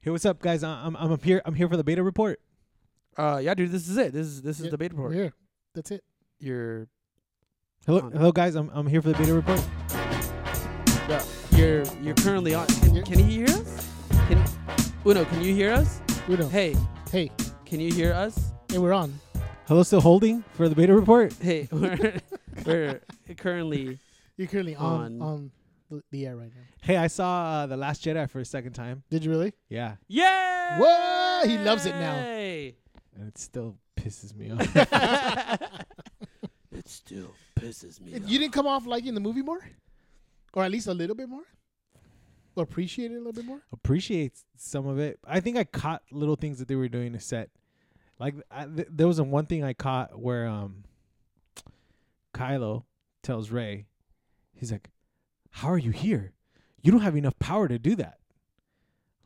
Hey, what's up, guys? I- I'm I'm up here. I'm here for the beta report. Uh, yeah, dude, this is it. This is this is Yeah, the beta report. Yeah, that's it. Your Hello, On. hello, guys. I'm I'm here for the beta report. yeah, you're you're currently on. Can, Yeah. can he hear us? Can Uno? Can you hear us? Uno. Hey, Hey, hey, can you hear us? we're on. Hello, still holding for the beta report. Hey, we're we're currently You're currently on On. on, the, the air right now. Hey, I saw uh, the Last Jedi for a second time. Did you really? Yeah, yeah. Whoa, he loves it now. and it still pisses me off. it still pisses me. You didn't come off liking the movie more, or at least a little bit more, or appreciate it a little bit more. Appreciate some of it. I think I caught little things that they were doing to set. Like I, th- there was a one thing I caught where um, Kylo tells Ray, he's like, "How are you here? You don't have enough power to do that."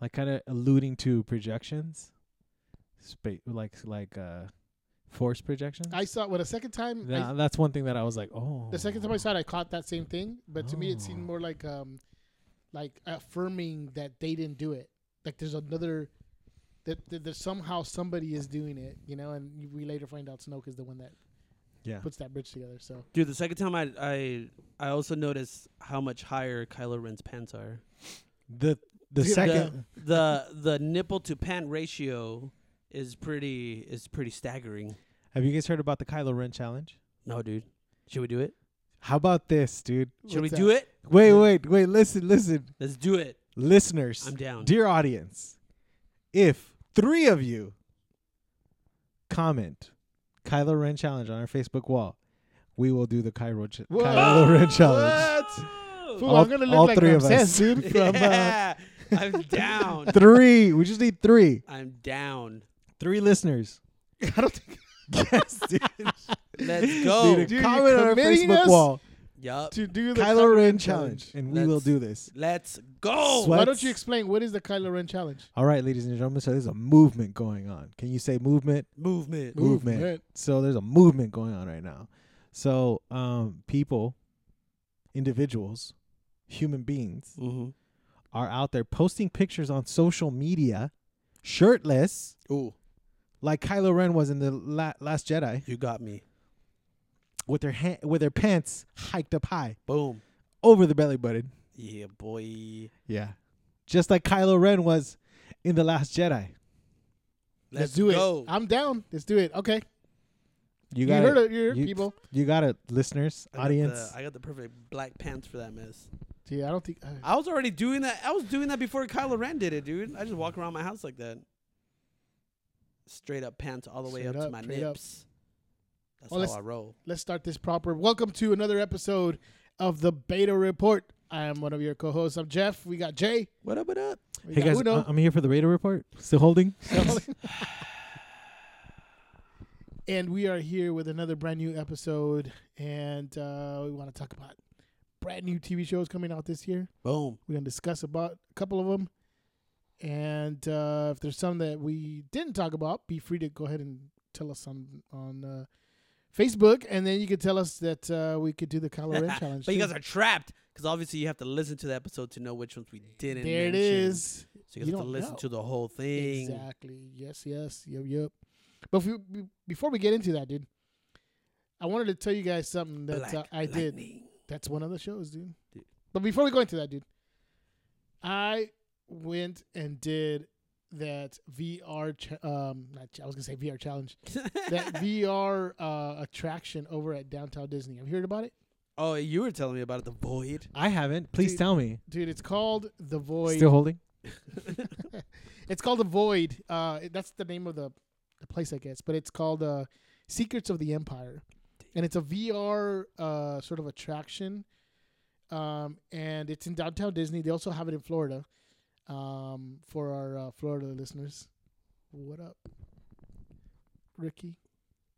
Like kind of alluding to projections, space like like uh, force projections. I saw well the second time. I- Tha- that's one thing that I was like, "Oh." the second time I saw it, I caught that same thing, but to me, it Oh. seemed more like um, like affirming that they didn't do it. Like there's another that that, that somehow somebody is doing it, you know. And we later find out Snoke is the one that yeah, puts that bridge together. So Dude, the second time I I I also noticed how much higher Kylo Ren's pants are. the the Yeah. second The the nipple to pant ratio is pretty is pretty staggering. Have you guys heard about the Kylo Ren challenge? No, dude. Should we do it? How about this, dude? Should what's we that? do it? Wait, wait, wait. Listen, listen. Let's do it. Listeners, I'm down. dear audience, if three of you comment Kylo Ren challenge on our Facebook wall, we will do the Cairo ch- Whoa. Kylo Ren challenge. Fool, What? All- I'm gonna look all like three of Ramses, us. dude. From, uh, yeah, I'm down. Three. We just need three. I'm down. Three listeners. I don't think Yes, dude. Let's Dude, go. Dude, you're comment on our committing Facebook us? wall, Yup. to do the Kylo Ren challenge, and we Let's- will do this. Let's go. Sweat. Why don't you explain what is the Kylo Ren challenge? All right, ladies and gentlemen. So there's a movement going on. Can you say movement? Movement. movement. So there's a movement going on right now. So um, people, individuals, human beings Mm-hmm. are out there posting pictures on social media, shirtless, Ooh, like Kylo Ren was in the la- Last Jedi, you got me. with their ha- with their pants hiked up high Boom. over the belly button. Yeah, boy. Yeah, just like Kylo Ren was in the Last Jedi. Let's, do go. it. I'm down. Let's do it. Okay. You You, got heard it. it, here, You- people. You got it, listeners, I got the- audience. I got the perfect black pants for that mess. Dude, I don't think. Uh, I was already doing that. I was doing that before Kylo Ren did it, dude. I just walk around my house like that. Straight up pants all the way Straight up, to up, my straight up. nips. That's Well, how let's- I roll. let's start this proper. Welcome to another episode of the Beta Report. I am one of your co-hosts. I'm Jeff. We got Jay. What up, what up? We Hey got guys, uh, I- Uno. I'm here for the radar report. Still holding. and we are here with another brand new episode, and uh, we want to talk about brand new TV shows coming out this year. Boom. We're gonna discuss about a couple of them, and uh, if there's some that we didn't talk about, be free to go ahead and tell us on on uh, Facebook, and then you could tell us that uh, we could do the Kylo Ren challenge. But you too. guys are trapped because obviously you have to listen to the episode to know which ones we didn't. there it mention. is. So you, You have to don't listen know. to the whole thing. Exactly. Yes. Yes. Yep. Yep. But if you, be- before we get into that, dude, I wanted to tell you guys something that Black uh, I did. Lightning. That's one of the shows, dude. Dude. But before we go into that, dude, I went and did that VR. Cha- um, not cha- I was gonna say VR challenge. that VR uh, attraction over at Downtown Disney. Have you heard about it, Oh, you were telling me about it, the void. I haven't. Please Dude, tell me. dude? It's called the Void. Still holding. It's called the Void. Uh, it- that's the name of the, the place, I guess. But it's called uh, Secrets of the Empire, and it's a VR uh, sort of attraction. Um, and it's in downtown Disney. They also have it in Florida. Um, for our uh, Florida listeners, what up, Ricky?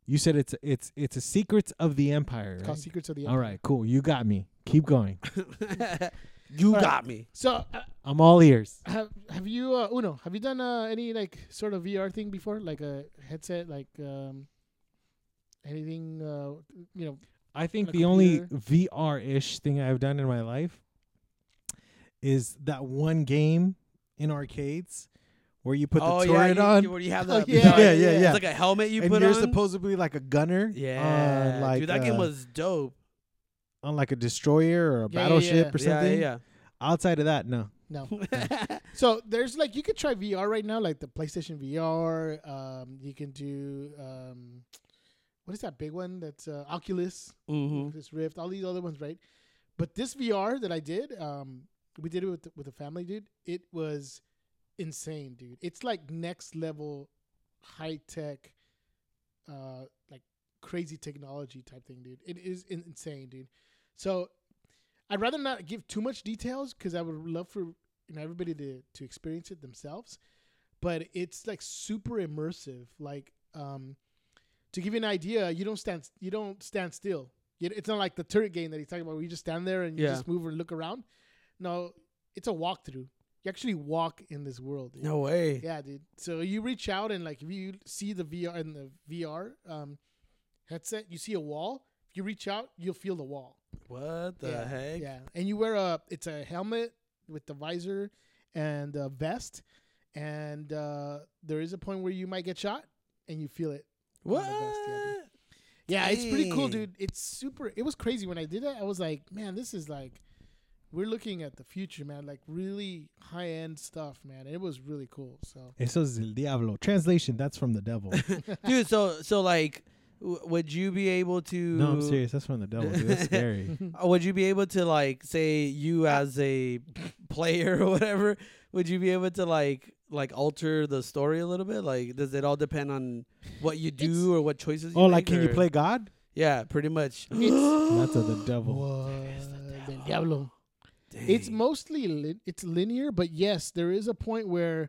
You said it's it's it's a Secrets of the Empire. It's right? called Secrets of the Empire. All right, cool. You got me. Keep going. you All right. got me. So, uh, I'm all ears. have have you uh, Uno? Have you done uh, any like sort of VR thing before, like a headset, like um, anything? Uh, you know, I think On a the only computer. VR ish thing I've done in my life is that one game in arcades where you put the oh yeah, turret you, on. where you have the, Oh, the- yeah, yeah, yeah. It's like a helmet you and put you're on. supposedly like a gunner. yeah, on like dude, that a, uh, game was dope. on like a destroyer or a Yeah, yeah, battleship yeah. or something. Yeah, Outside of that, no. No. yeah. yeah. So there's like you could try VR right now, like the PlayStation VR. Um, you can do um, what is that big one? That's uh, Oculus, mm-hmm. Oculus Rift, all these other ones, right? But this VR that I did, um, we did it with with a family, dude. It was insane, dude. It's like next level, high tech, uh, like crazy technology type thing, dude. It is in- insane, dude. So I'd rather not give too much details because I would love for you know everybody to to experience it themselves. But it's like super immersive. Like um, to give you an idea, you don't stand you don't stand still. It- It's not like the turret game that he's talking about where you just stand there and you Yeah. just move or look around. No, it's a walkthrough. You actually walk in this world. dude. No way. Yeah, dude. So you reach out and like if you see the VR in the VR um, headset, you see a wall. If you reach out, you'll feel the wall. What the yeah, heck? Yeah, and you wear a it's a helmet with the visor and a vest, and uh, there is a point where you might get shot and you feel it. What? yeah, Yeah, it's pretty cool, Dang. dude. It's super. It was crazy when I did that. I was like, man, this is like, we're looking at the future, man. Like really high end stuff, man. It was really cool. So Eso es el diablo. Translation, that's from the devil. dude. So so like, w- would you be able to? no, I'm serious. That's from the devil. Dude. That's scary. Uh, Would you be able to like say you as a player or whatever? Would you be able to like like alter the story a little bit? Like, does it all depend on what you do It's- or what choices? you oh, like make, can you or- play God? Yeah, pretty much. It's- That's of the devil. What? Del diablo. Dang. It's mostly li- it's linear, but yes, there is a point where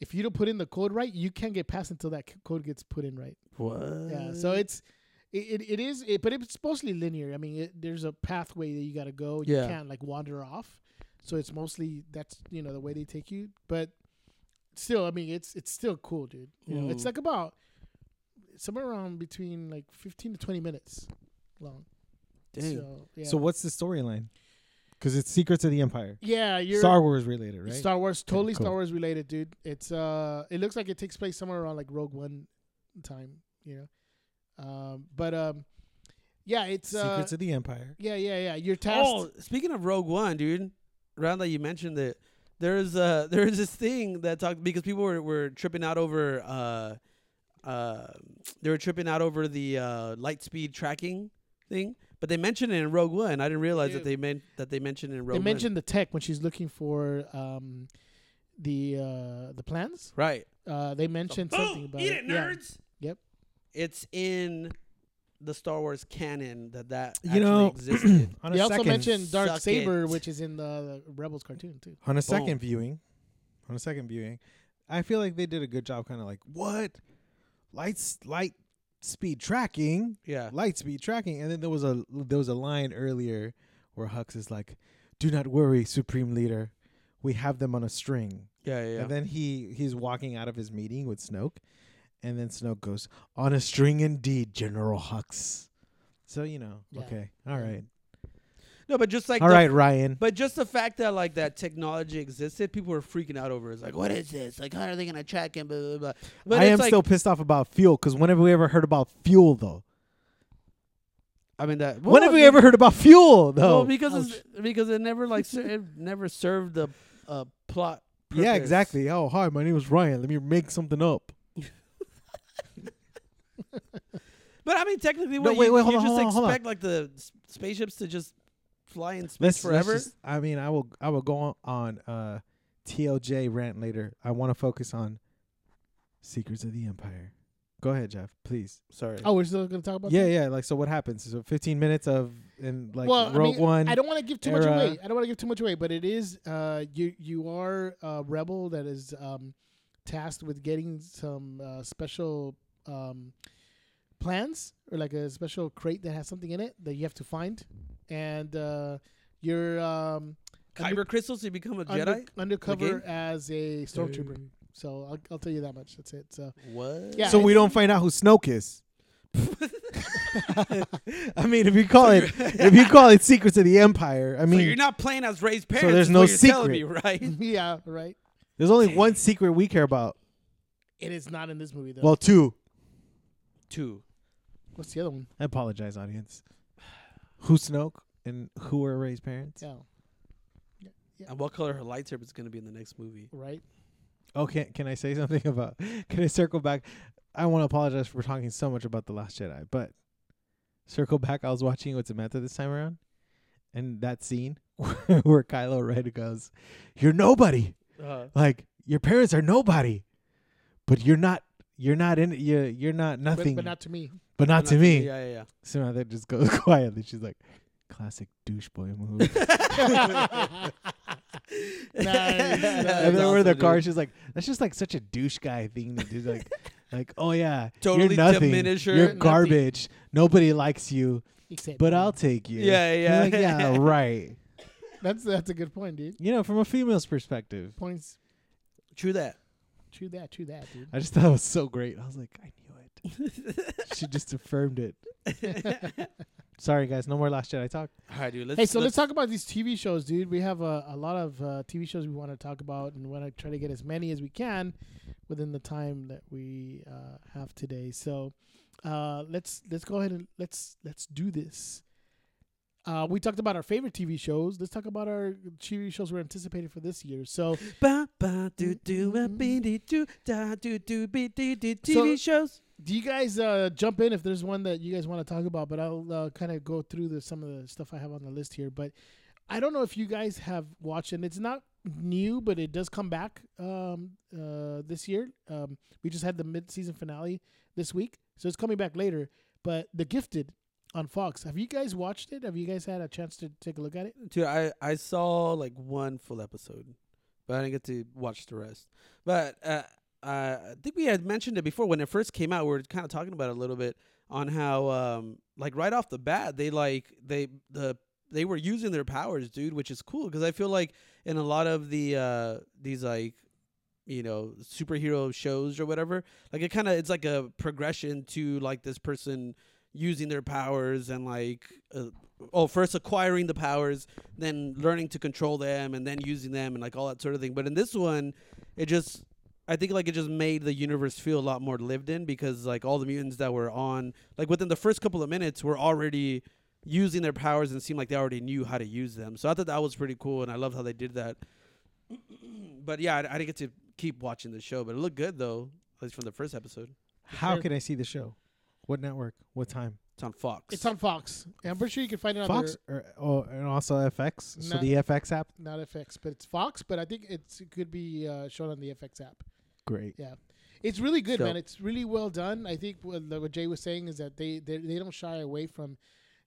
if you don't put in the code right, you can't get past until that c- code gets put in right. what? Mm. Yeah, so it's it, it, it is it, but it's mostly linear. I mean, it, there's a pathway that you got to go. You Yeah. can't like wander off. So it's mostly that's you know the way they take you, but still, I mean, it's it's still cool, dude. You know, it's Mm. like about somewhere around between like 15 to 20 minutes long. Dang. So yeah. So what's the storyline? Because it's Secrets of the Empire, yeah, you're Star Wars related, right? It's Star Wars, totally cool. Star Wars related, dude. It's uh, it looks like it takes place somewhere around like Rogue One time, you know. Um, but um, yeah, it's uh, Secrets of the Empire. yeah, yeah, yeah. You're tasked. Oh, speaking of Rogue One, dude, around that you mentioned it, there's uh there's this thing that talked because people were, were tripping out over uh uh they were tripping out over the uh light speed tracking thing, but they mentioned it in Rogue One. I didn't realize that do. they meant that they mentioned it in Rogue they One. mentioned the tech when she's looking for um, the uh, the plans. right. Uh, they mentioned something about it. Yeah. Yep. It's in the Star Wars canon that that You actually know, existed. On They a also second, mentioned Dark Suck Saber, it. which is in the, the Rebels cartoon too. on a second viewing, on a second viewing, I feel like they did a good job. Kind of like what lights light speed tracking yeah. light speed tracking. And then there was a there was a line earlier where Hux is like, "Do not worry, Supreme Leader, we have them on a string." Yeah, yeah. And then he he's walking out of his meeting with Snoke, and then Snoke goes, "On a string indeed, General Hux." So you know, Yeah. okay, all Yeah. right, no, but just like all the right, Ryan. But just the fact that like that technology existed, people were freaking out over. it. It's like, what is this? Like, how are they gonna track him? Blah, blah, blah. But I it's am like, still pissed off about fuel because when have we ever heard about fuel though? I mean, that. when have we ever Oh. heard about fuel though? Well, because it's, because it never like ser- it never served the uh, plot. yeah, purpose. exactly. Oh, hi, my name is Ryan. Let me make something up. But I mean, technically, No, what wait, you, wait, hold you on, just hold on, hold on. expect like the s- spaceships to just fly in space Let's, let's forever. just- I mean, I will. I will go on, on uh, TLJ rant later. I want to focus on Secrets of the Empire. Go ahead, Jeff. Please. Sorry. Oh, we're still going to talk about yeah, that? yeah. Like, so what happens? So 15 minutes of and like Well, I Rogue mean, One. I don't want to give too much era. away. I don't want to give too much away, but it is uh, you you are a rebel that is um, tasked with getting some uh, special um, plans or like a special crate that has something in it that you have to find, and uh, you're um, Kyber crystals to become a under- Jedi. undercover game? as a stormtrooper. So I'll, I'll tell you that much. That's it. So What? Yeah, so we it's- don't find out who Snoke is. I mean, if you call it if you call it Secrets of the Empire, I So mean, you're not playing as Ray's parents. there's is no what you're telling secret. me, right? yeah, right. There's only one secret we care about. It is not in this movie though. Well, two. Two. What's the other one? I apologize, audience. Who Snoke and who were Ray's parents? Yeah. And what color her lightsaber is going to be in the next movie? Right. Oh, can can I say something about? Can I circle back? I want to apologize for talking so much about the Last Jedi, but circle back. I was watching with Samantha this time around, and that scene where Kylo Ren goes, "You're nobody. Uh, Like your parents are nobody, but you're not. You're not in. You're you're not nothing. But, but not to me. but not to me." Yeah, yeah, Samantha just goes quietly. She's like, "Classic douche boy move." yeah. nice. and then That's we're in the awesome, car. dude. She's like, "That's just like such a douche guy thing to do." Like, like, oh yeah, Totally you're nothing. diminish her. You're Nothing. garbage. Nobody likes you, Except but me. I'll take you. Yeah, I'm yeah. like, yeah, right. That's that's a good point, dude. You know, from a female's perspective, Points. True that. True that. True that, dude. I just thought it was so great. I was like, I knew it. she just affirmed it. Sorry, guys, no more Last Jedi talk. All right, dude. Let's, Hey, so let's, talk about these TV shows, dude. We have a, a lot of uh, TV shows we want to talk about, and want to try to get as many as we can within the time that we uh, have today. So uh, let's let's go ahead and let's let's do this. Uh, we talked about our favorite TV shows. Let's talk about our TV shows we're anticipating for this year. So Ba ba do do a be dee do da do do be dee dee TV shows. do you guys uh, jump in if there's one that you guys want to talk about? But I'll uh, kind of go through the, some of the stuff I have on the list here. But I don't know if you guys have watched, and it's not new, but it does come back um, uh, this year. Um, we just had the mid-season finale this week, so it's coming back later. But The Gifted on Fox. Have you guys watched it? Have you guys had a chance to take a look at it? Dude, I I saw like one full episode, but I didn't get to watch the rest. But uh, I I think we had mentioned it before when it first came out. We were kind of talking about it a little bit on how um like right off the bat they like they the they were using their powers, dude, which is cool because I feel like in a lot of the uh these like you know superhero shows or whatever like it kind of it's like a progression to like this person using their powers and like uh, oh first acquiring the powers then learning to control them and then using them and like all that sort of thing but in this one it just i think like it just made the universe feel a lot more lived in because like all the mutants that were on like within the first couple of minutes were already using their powers and seemed like they already knew how to use them so i thought that was pretty cool and i loved how they did that but yeah i, I didn't get to keep watching the show but it looked good though at least from the first episode How Sure. can I see the show? What network? What time? it's on fox It's on Fox. And I'm pretty sure you can find it on Fox or oh, and also FX. So No. the FX app. their not FX, but it's Fox. But I think it's, it could be uh, shown on the FX app. Great. Yeah, it's really good, So- man. It's really well done. I think what, what Jay was saying is that they, they they don't shy away from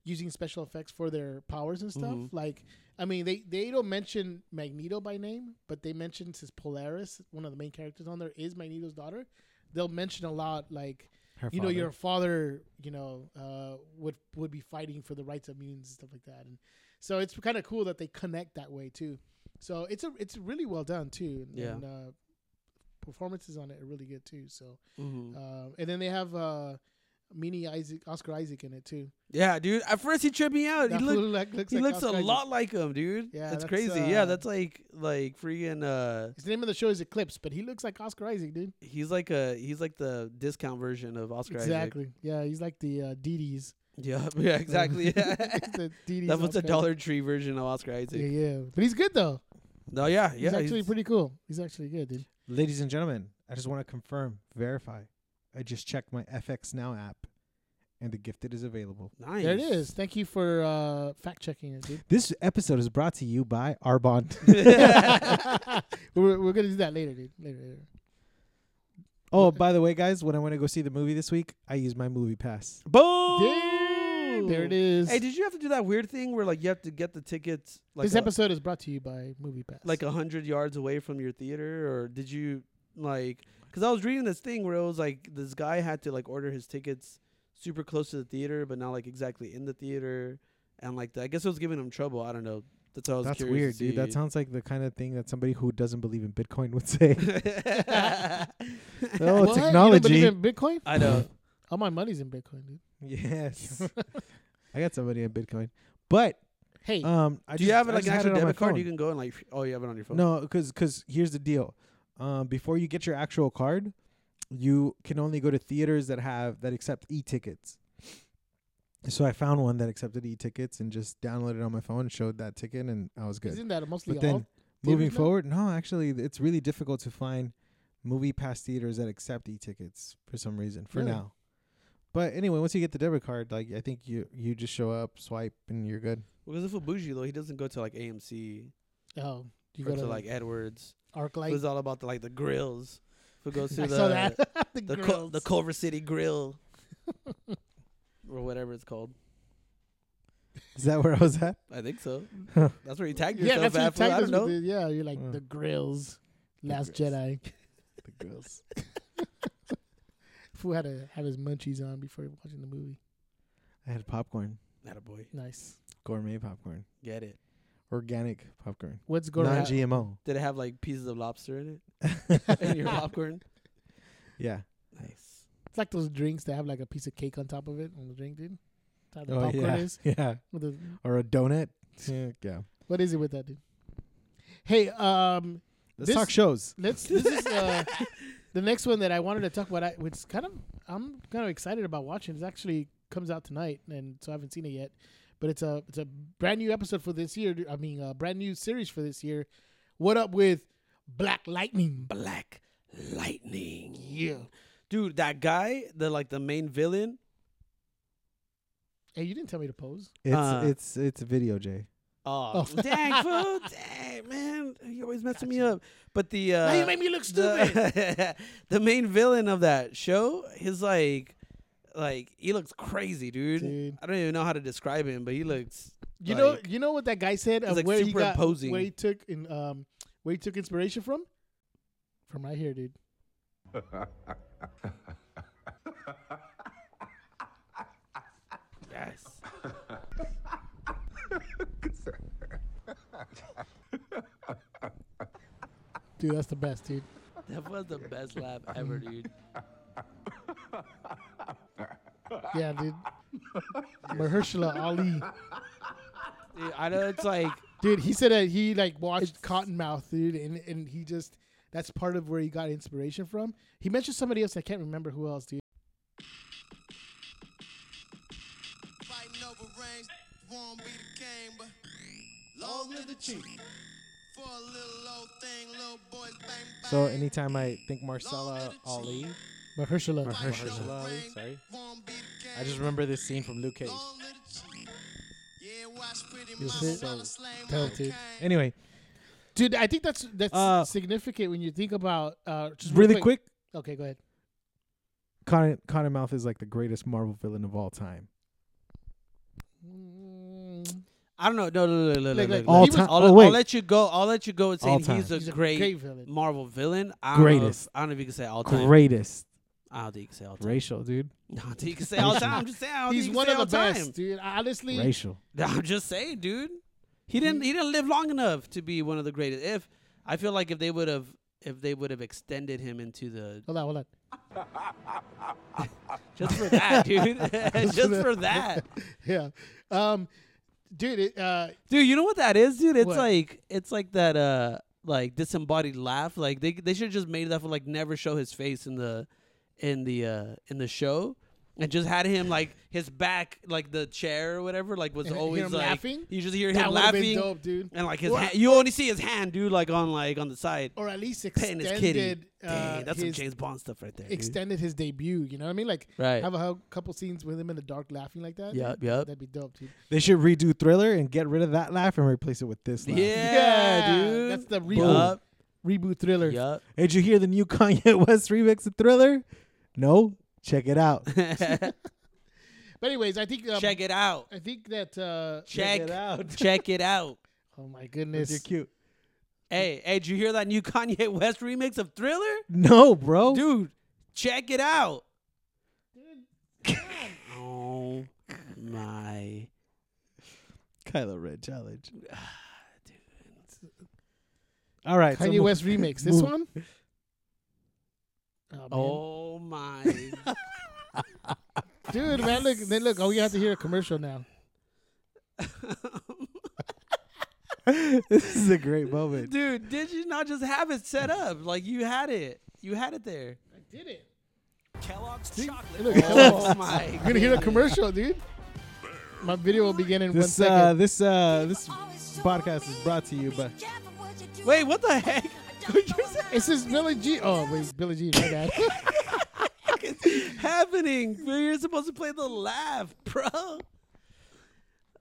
using special effects for their powers and stuff. Mhm. Like, I mean, they they don't mention Magneto by name, but they mention his Polaris, one of the main characters on there, is Magneto's daughter. They'll mention a lot, like Her you know, father. your father, you know, uh, would would be fighting for the rights of mutants and stuff like that, and so it's kind of cool that they connect that way too. So it's a it's really well done too. And, Yeah. And, uh, performances on it are really good too. So, Mhm. uh, and then they have uh, Meanie Isaac, Oscar Isaac in it too. Yeah, dude. At first he tripped me out. That He looked fool look- looks he like looks Oscar a Isaac. lot like him, dude. Yeah, that's, that's, crazy. yeah, uh, that's like like freaking uh His name of the show is Eclipse, but he looks like Oscar Isaac, dude. he's like a he's like the discount version of Oscar exactly. Yeah, he's like the uh, DDs. Isaac. Yeah, yeah, exactly. He's that the DDs. was a Oscar Dollar Tree version of Oscar Isaac. Isaac. Yeah, yeah, but he's good though. No, yeah, yeah. he's actually he's- pretty cool. He's actually good, dude. Ladies and gentlemen, I just want to confirm, verify. I just checked my FX Now app, and the gifted is available. nice. There it is. Thank you for uh, fact checking it, dude. This episode is brought to you by Arbond. we're we're gonna do that later, dude. Later, later. oh, by the way, guys, when I went to go see the movie this week, I used my movie pass. Boom. Damn, there it is. Hey, did you have to do that weird thing where like you have to get the tickets like this a, episode is brought to you by Movie Pass. like a hundred yards away from your theater, or did you like? Because I was reading this thing where it was like this guy had to like order his tickets super close to the theater, but not like exactly in the theater, and like I guess it was giving him trouble. I don't know. That's all I was That's weird, curious to dude. That see. sounds like the kind of thing that somebody who doesn't believe in Bitcoin would say. What? oh, You don't technology. believe in Bitcoin? I know. All my money's in Bitcoin, dude. yes, I got somebody in Bitcoin, but Hey, um, I Do just, you have I like just an had actual it on my debit card? phone. You can go and like, oh, you have it on your phone. No, because here's the deal. um, before you get your actual card, you can only go to theaters that have that accept e-tickets. So I found one that accepted e-tickets and just downloaded it on my phone, showed that ticket, and I was good. Isn't that mostly But then all? Moving theaters now? forward, no, actually, it's really difficult to find movie pass theaters that accept e-tickets for some reason for Really? now. But anyway, once you get the debit card, like I think you you just show up, swipe, and you're good. Because if a bougie though, he doesn't go to like AMC Oh, you or go to to like Edwards. it ArcLight. was all about the like the grills. If it goes to I the saw that. the the Cul- grills. the Culver City Grill or whatever it's called. Is that where I was at? I think so. Huh. That's where you tagged yeah, yourself that's what at. fool. I tagged don't us with. know. it. Yeah, you're like Mm. the grills. The Last grills. Jedi. the girls. Who had to have his munchies on before watching the movie. I had popcorn, Not a boy. Nice. gourmet popcorn, Get it. organic popcorn, What's going non on? GMO. Did it have like pieces of lobster in it? in your popcorn? Yeah. Nice. It's like those drinks that have like a piece of cake on top of it on the drink, dude. That's how the Oh popcorn yeah. is. Yeah. With the- Or a donut. Yeah. yeah. what is it with that, dude? Hey, um, Let's This- talk shows. let's. This is uh, the next one that I wanted to talk about. I, which kind of I'm kind of excited about watching. It actually comes out tonight, and so I haven't seen it yet. But it's a it's a brand new episode for this year. I mean, a brand new series for this year. What up with Black Lightning? Black lightning. Yeah. Dude, that guy, the like the main villain. Hey, you didn't tell me to pose. It's Uh, it's it's a video, Jay. Oh, Oh. dang, fool. Dang, man. You're always messing me Gotcha. up. But the uh now you made me look stupid. the, the main villain of that show is like like he looks crazy, dude. Dude. I don't even know how to describe him, but he looks You know, Like- you know what that guy said It's of like where he got, superimposing. where he took in, um, where he took inspiration from? From right here, dude. yes. Dude, that's the best, dude. That was the best laugh ever, dude. Yeah, dude. Mahershala Ali, Dude, I know it's like dude. He said that he like watched Cottonmouth, dude, and and he just that's part of where he got inspiration from. He mentioned somebody else. I can't remember who else, dude. Fighting over range won't be the game, but long live the chief. For a little old thing, little boys bang bang. So anytime I think Marcella Ali, Mahershala. Mahershala Ali, sorry, won't be the game. I just remember this scene from Luke Cage. Long live the chief. Yeah, watch pretty This mama is while I so slay dope, my dude. king. Anyway, Dude, I think that's that's Uh, significant when you think about uh, just real really quick, Okay, go ahead. Cotton Cottonmouth is like the greatest Marvel villain of all time. Mm, I don't know. No, no, no, no, no, Like- no, like- no. All he was- time. I'll, oh I'll wait, let you go. I'll let you go with All saying he's a he's great, villain. Marvel villain. I don't know if- Greatest. I don't know if you can say all time. greatest I don't think you can say all time. racial dude, I don't think you can say all time. I'm just saying. I don't He's think you one can of say the all best, time. dude. Honestly, racial. I'm just saying, dude. He didn't. He didn't live long enough to be one of the greatest. If I feel like if they would have, if they would have extended him into the Hold on, hold on. just for that, dude, just for that, Yeah. Um, dude, it, uh, dude. You know what that is, dude? It's What? like it's like that uh like disembodied laugh. Like they they should have just made that for like never show his face in the in the uh in the show. And just had him like his back, like the chair or whatever, like was And hear always him like laughing? you just hear that him would have been laughing, dope, dude. and like his Wha- hand, you only see his hand, dude, like on like on the side. Or at least petting his kitty. extended, uh, Dang, that's some his, James Bond stuff right there. dude. extended his debut. You know what I mean? Like Right. have a hou- couple scenes with him in the dark laughing like that. Yup, dude. yup. That'd be dope, dude. They should redo Thriller and get rid of that laugh and replace it with this laugh. yeah, Yeah, dude. that's the reboot. Yup, Reboot thriller. yup. Hey, Did you hear the new Kanye West remix of Thriller? No, check it out. But anyways, I think um, Check it out. I think that. Uh, Check, it out. Check it out. oh my You're goodness. cute. Hey, hey, did you hear that new Kanye West remix of Thriller? No, bro. Dude, check it out. oh my. Kylo Ren challenge. All right. so Kanye mo- West remix. This move. one. Oh, man. Oh my. dude, man! Look, then look. Oh, we have to hear a commercial now. this is a great moment. Dude, did you not just have it set up? Like you had it. You had it there. I did it. Kellogg's See? chocolate. Look, Oh my I'm gonna hear the commercial, dude. My video will begin in one This second. uh, this uh, this podcast is brought to you by. Wait, what the heck? What'd you say? it says Billy G. Oh wait, Billy G. My bad. It's happening. You're supposed to play the laugh, bro.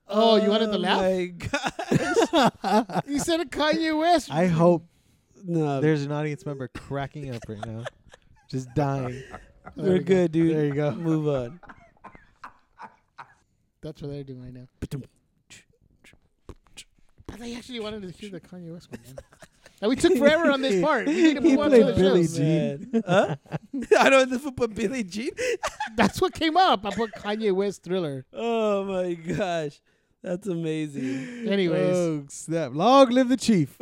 oh, you wanted the Oh laugh? my gosh. You said a Kanye West. I hope no, there's an audience member cracking up right now, just dying. we're good, dude. There you go. Move on. That's what they're doing right now. I thought you actually wanted to hear the Kanye West one. Man. And we took forever on this part. We need to He move on to played the Billie shows. Jean. Oh, Man. Huh? I don't know if I put Billy Jean. That's what came up. I put Kanye West Thriller. Oh my gosh. That's amazing. Anyways, Oh snap! Long live the chief.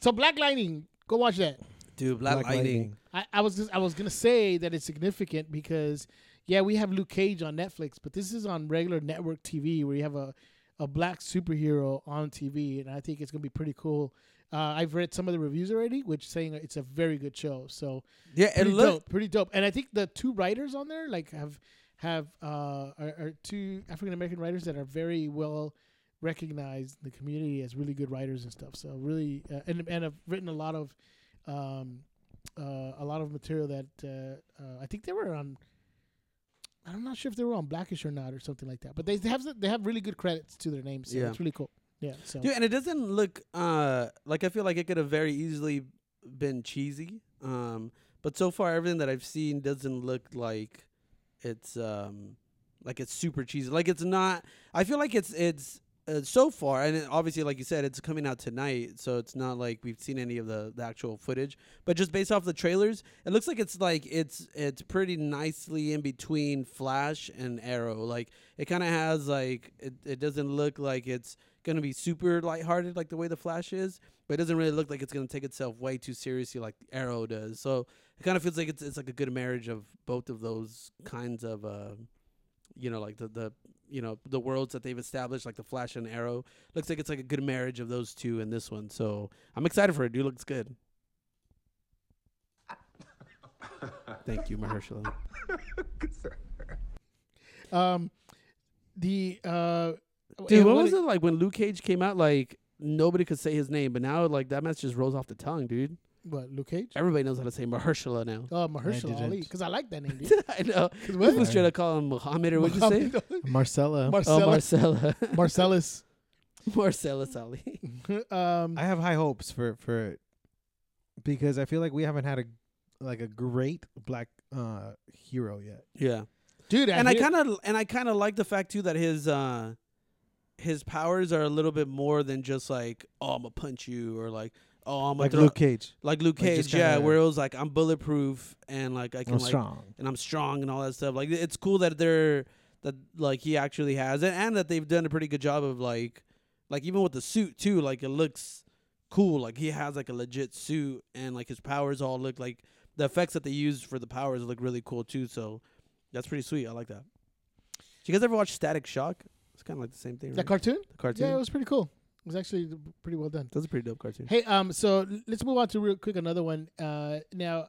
so Black Lightning, go watch that. Dude, Black, Black Lightning. Lightning. I, I was just, I was gonna say that it's significant because yeah, we have Luke Cage on Netflix, but this is on regular network TV where you have a a black superhero on TV, and I think it's gonna be pretty cool. Uh, I've read some of the reviews already, which saying it's a very good show. So Yeah, pretty and look, dope, pretty dope. And I think the two writers on there like have have uh, are, are two African American writers that are very well recognized in the community as really good writers and stuff. So really, uh, and and have written a lot of um, uh, a lot of material that uh, uh, I think they were on. I'm not sure if they were on Blackish or not or something like that. But they, they have they have really good credits to their names. So Yeah. it's really cool. Yeah. So dude, and it doesn't look uh like I feel like it could have very easily been cheesy. Um, but so far everything that I've seen doesn't look like it's um like it's super cheesy. Like it's not. I feel like it's it's. Uh, so far, and it, obviously, like you said, it's coming out tonight, so it's not like we've seen any of the, the actual footage. But just based off the trailers, it looks like it's like it's it's pretty nicely in between Flash and Arrow. Like it kind of has like it, it doesn't look like it's gonna be super lighthearted like the way the Flash is, but it doesn't really look like it's gonna take itself way too seriously like Arrow does. So it kind of feels like it's it's like a good marriage of both of those kinds of uh, you know like the the you know the worlds that they've established like the Flash and Arrow. Looks like it's like a good marriage of those two in this one. So I'm excited for it. Dude looks good. Thank you, Mahershala. um, the uh, Dude, and what was it like when Luke Cage came out? Like nobody could say his name, but now like that mess just rolls off the tongue, dude. What Luke Cage? Everybody knows how to say Mahershala now. Oh, Mahershala didn't. Ali, because I like that name. Dude. I know. what? I was trying to call him Muhammad or what'd you say? Marcella. Oh, Marcellus. Marcella. Marcellus. Marcella Sally. um, I have high hopes for for it because I feel like we haven't had a like a great black uh hero yet. Yeah. dude, And I hear- kind of and I kind of like the fact too that his uh his powers are a little bit more than just like oh I'm gonna punch you or like oh I'm gonna Like throw Luke Cage. like Luke like, Cage just yeah kinda- where it was like I'm bulletproof and like I can I'm like strong. and I'm strong and all that stuff. Like it's cool that they're that like he actually has it and that they've done a pretty good job of like like even with the suit too, like it looks cool. Like he has like a legit suit and like his powers all look like the effects that they use for the powers look really cool too. So that's pretty sweet. I like that. Did you guys ever watch Static Shock? It's kind of like the same thing. that Right? cartoon. the cartoon. Yeah, it was pretty cool. It was actually pretty well done. that's a pretty dope cartoon. Hey, um, so l- let's move on to real quick another one. Uh, now,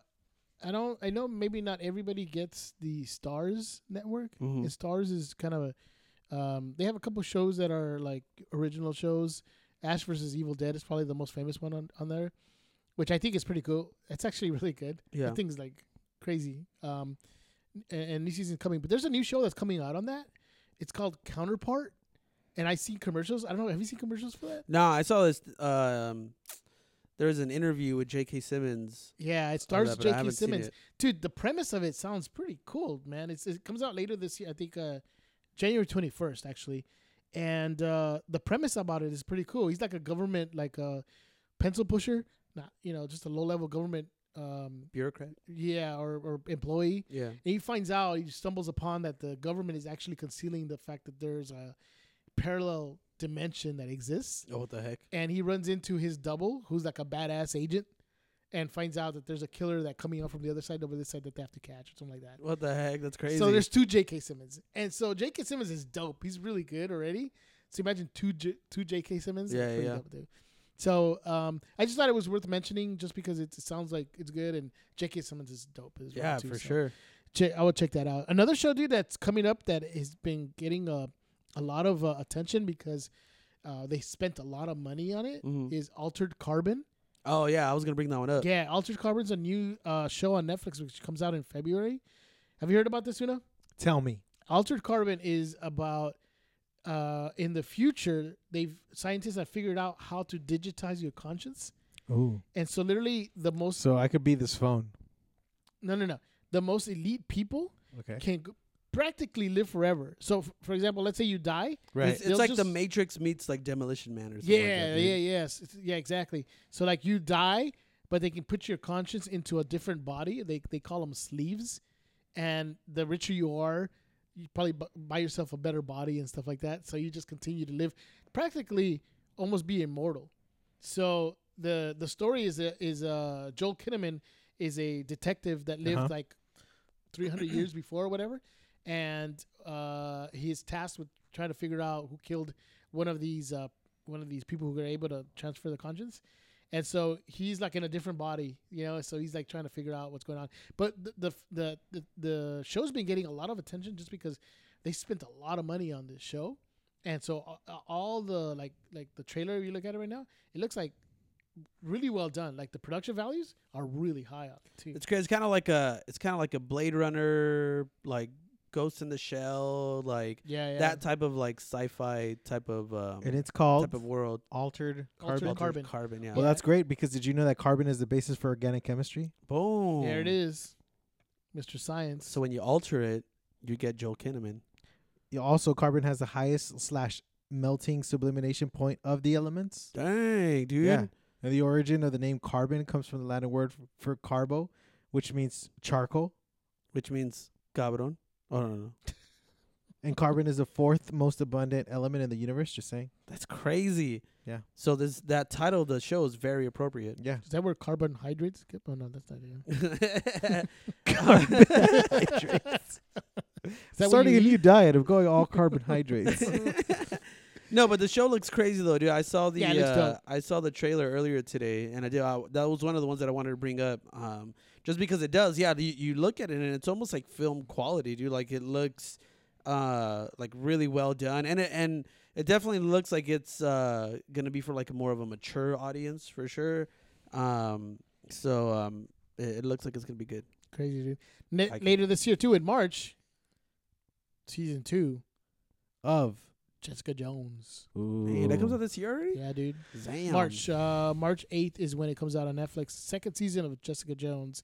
I don't, I know maybe not everybody gets the Stars network. Mhm. And Stars is kind of a, um, they have a couple shows that are like original shows. Ash versus Evil Dead is probably the most famous one on, on there, which I think is pretty cool. It's actually really good. Yeah. That thing's like crazy. Um, and, and new season's coming, but there's a new show that's coming out on that. It's called Counterpart, and I see commercials. I don't know. Have you seen commercials for that? Nah, I saw this. Um, there was an interview with J.K. Simmons. Yeah, it on stars that, but I J.K. haven't seen Simmons. it. Dude, the premise of it sounds pretty cool, man. It's it comes out later this year, I think uh January 21st actually. And uh the premise about it is pretty cool. He's like a government like a pencil pusher, not you know, just a low-level government um Bureaucrat. yeah, or or employee. Yeah. And he finds out, he stumbles upon that the government is actually concealing the fact that there's a parallel dimension that exists Oh, what the heck? and he runs into his double, who's like a badass agent, and finds out that there's a killer that coming out from the other side over this side that they have to catch or something like that. What the heck? That's crazy. So there's two J.K. Simmons, and so J.K. Simmons is dope. He's really good already. So imagine two J- two J.K. Simmons. Yeah, That's pretty yeah. dope, dude. So um, I just thought it was worth mentioning just because it sounds like it's good and J.K. Simmons is dope as well. yeah, too, for so sure. Check, I will check that out. Another show, dude, that's coming up that has been getting a a lot of uh, attention because uh, they spent a lot of money on it. Mhm. Is Altered Carbon. Oh yeah, I was gonna bring that one up. Yeah, Altered Carbon's a new uh, show on Netflix which comes out in February. Have you heard about this, Una? Tell me. Altered Carbon is about uh, in the future they've scientists have figured out how to digitize your conscience, Ooh. and so literally the most So I could be this phone. no no no the most elite people Okay. can g- practically live forever. So f- for example, let's say you die. Right. It's, They'll it's like the just- Matrix meets like Demolition Man or something. like Yeah, that, dude. yeah, yes, It's- yeah, exactly. So like you die, but they can put your conscience into a different body. They they call them sleeves, and the richer you are, you probably bu- buy yourself a better body and stuff like that. So you just continue to live, practically almost be immortal. So the the story is a, is uh Joel Kinnaman is a detective that lived Uh-huh. like 300 years before or whatever, and uh he is tasked with trying to figure out who killed one of these uh one of these people who are able to transfer the conscience. And so he's like in a different body, you know. So he's like trying to figure out what's going on. But the the the, the, the show's been getting a lot of attention just because they spent a lot of money on this show, and so a- a- all the like like the trailer you look at it right now, it looks like really well done. Like the production values are really high on it too. It's cra- it's kind of like a it's kind of like a Blade Runner like Ghost in the Shell like yeah, yeah. that type of like sci-fi type of um, And it's called type of world. altered Altered carbon. Altered carbon. Carbon. Yeah. Well, that's great because did you know that carbon is the basis for organic chemistry? Boom. there it is, Mr. Science. So when you alter it, you get Joel Kinnaman. Yeah, Also, carbon has the highest slash melting sublimation point of the elements. Dang, dude. Yeah. And the origin of the name carbon comes from the Latin word f- for carbo, which means charcoal. Which means cabron. Oh no, no, no. And carbon is the fourth most abundant element in the universe. Just saying. That's crazy. Yeah. So this that title of the show is very appropriate. Yeah. is that where carbohydrates? get- Oh no, that's not it. yeah. Is that what Starting you a eat? new diet of going all carbohydrates. no, but the show looks crazy though, dude. I saw the Yeah, it looks uh, dope. I saw the trailer earlier today, and I did. I, that was one of the ones that I wanted to bring up, um, just because it does. Yeah, you, you look at it and it's almost like film quality, dude. Like it looks, uh, like really well done, and it, and it definitely looks like it's uh gonna be for like more of a mature audience for sure. Um, so um, it, it looks like it's gonna be good. Crazy dude. Ne- I can- later this year too, in March, season two, of. Jessica Jones. Hey, that comes out this year already. Yeah, dude. Damn. March uh, March eighth is when it comes out on Netflix. Second season of Jessica Jones.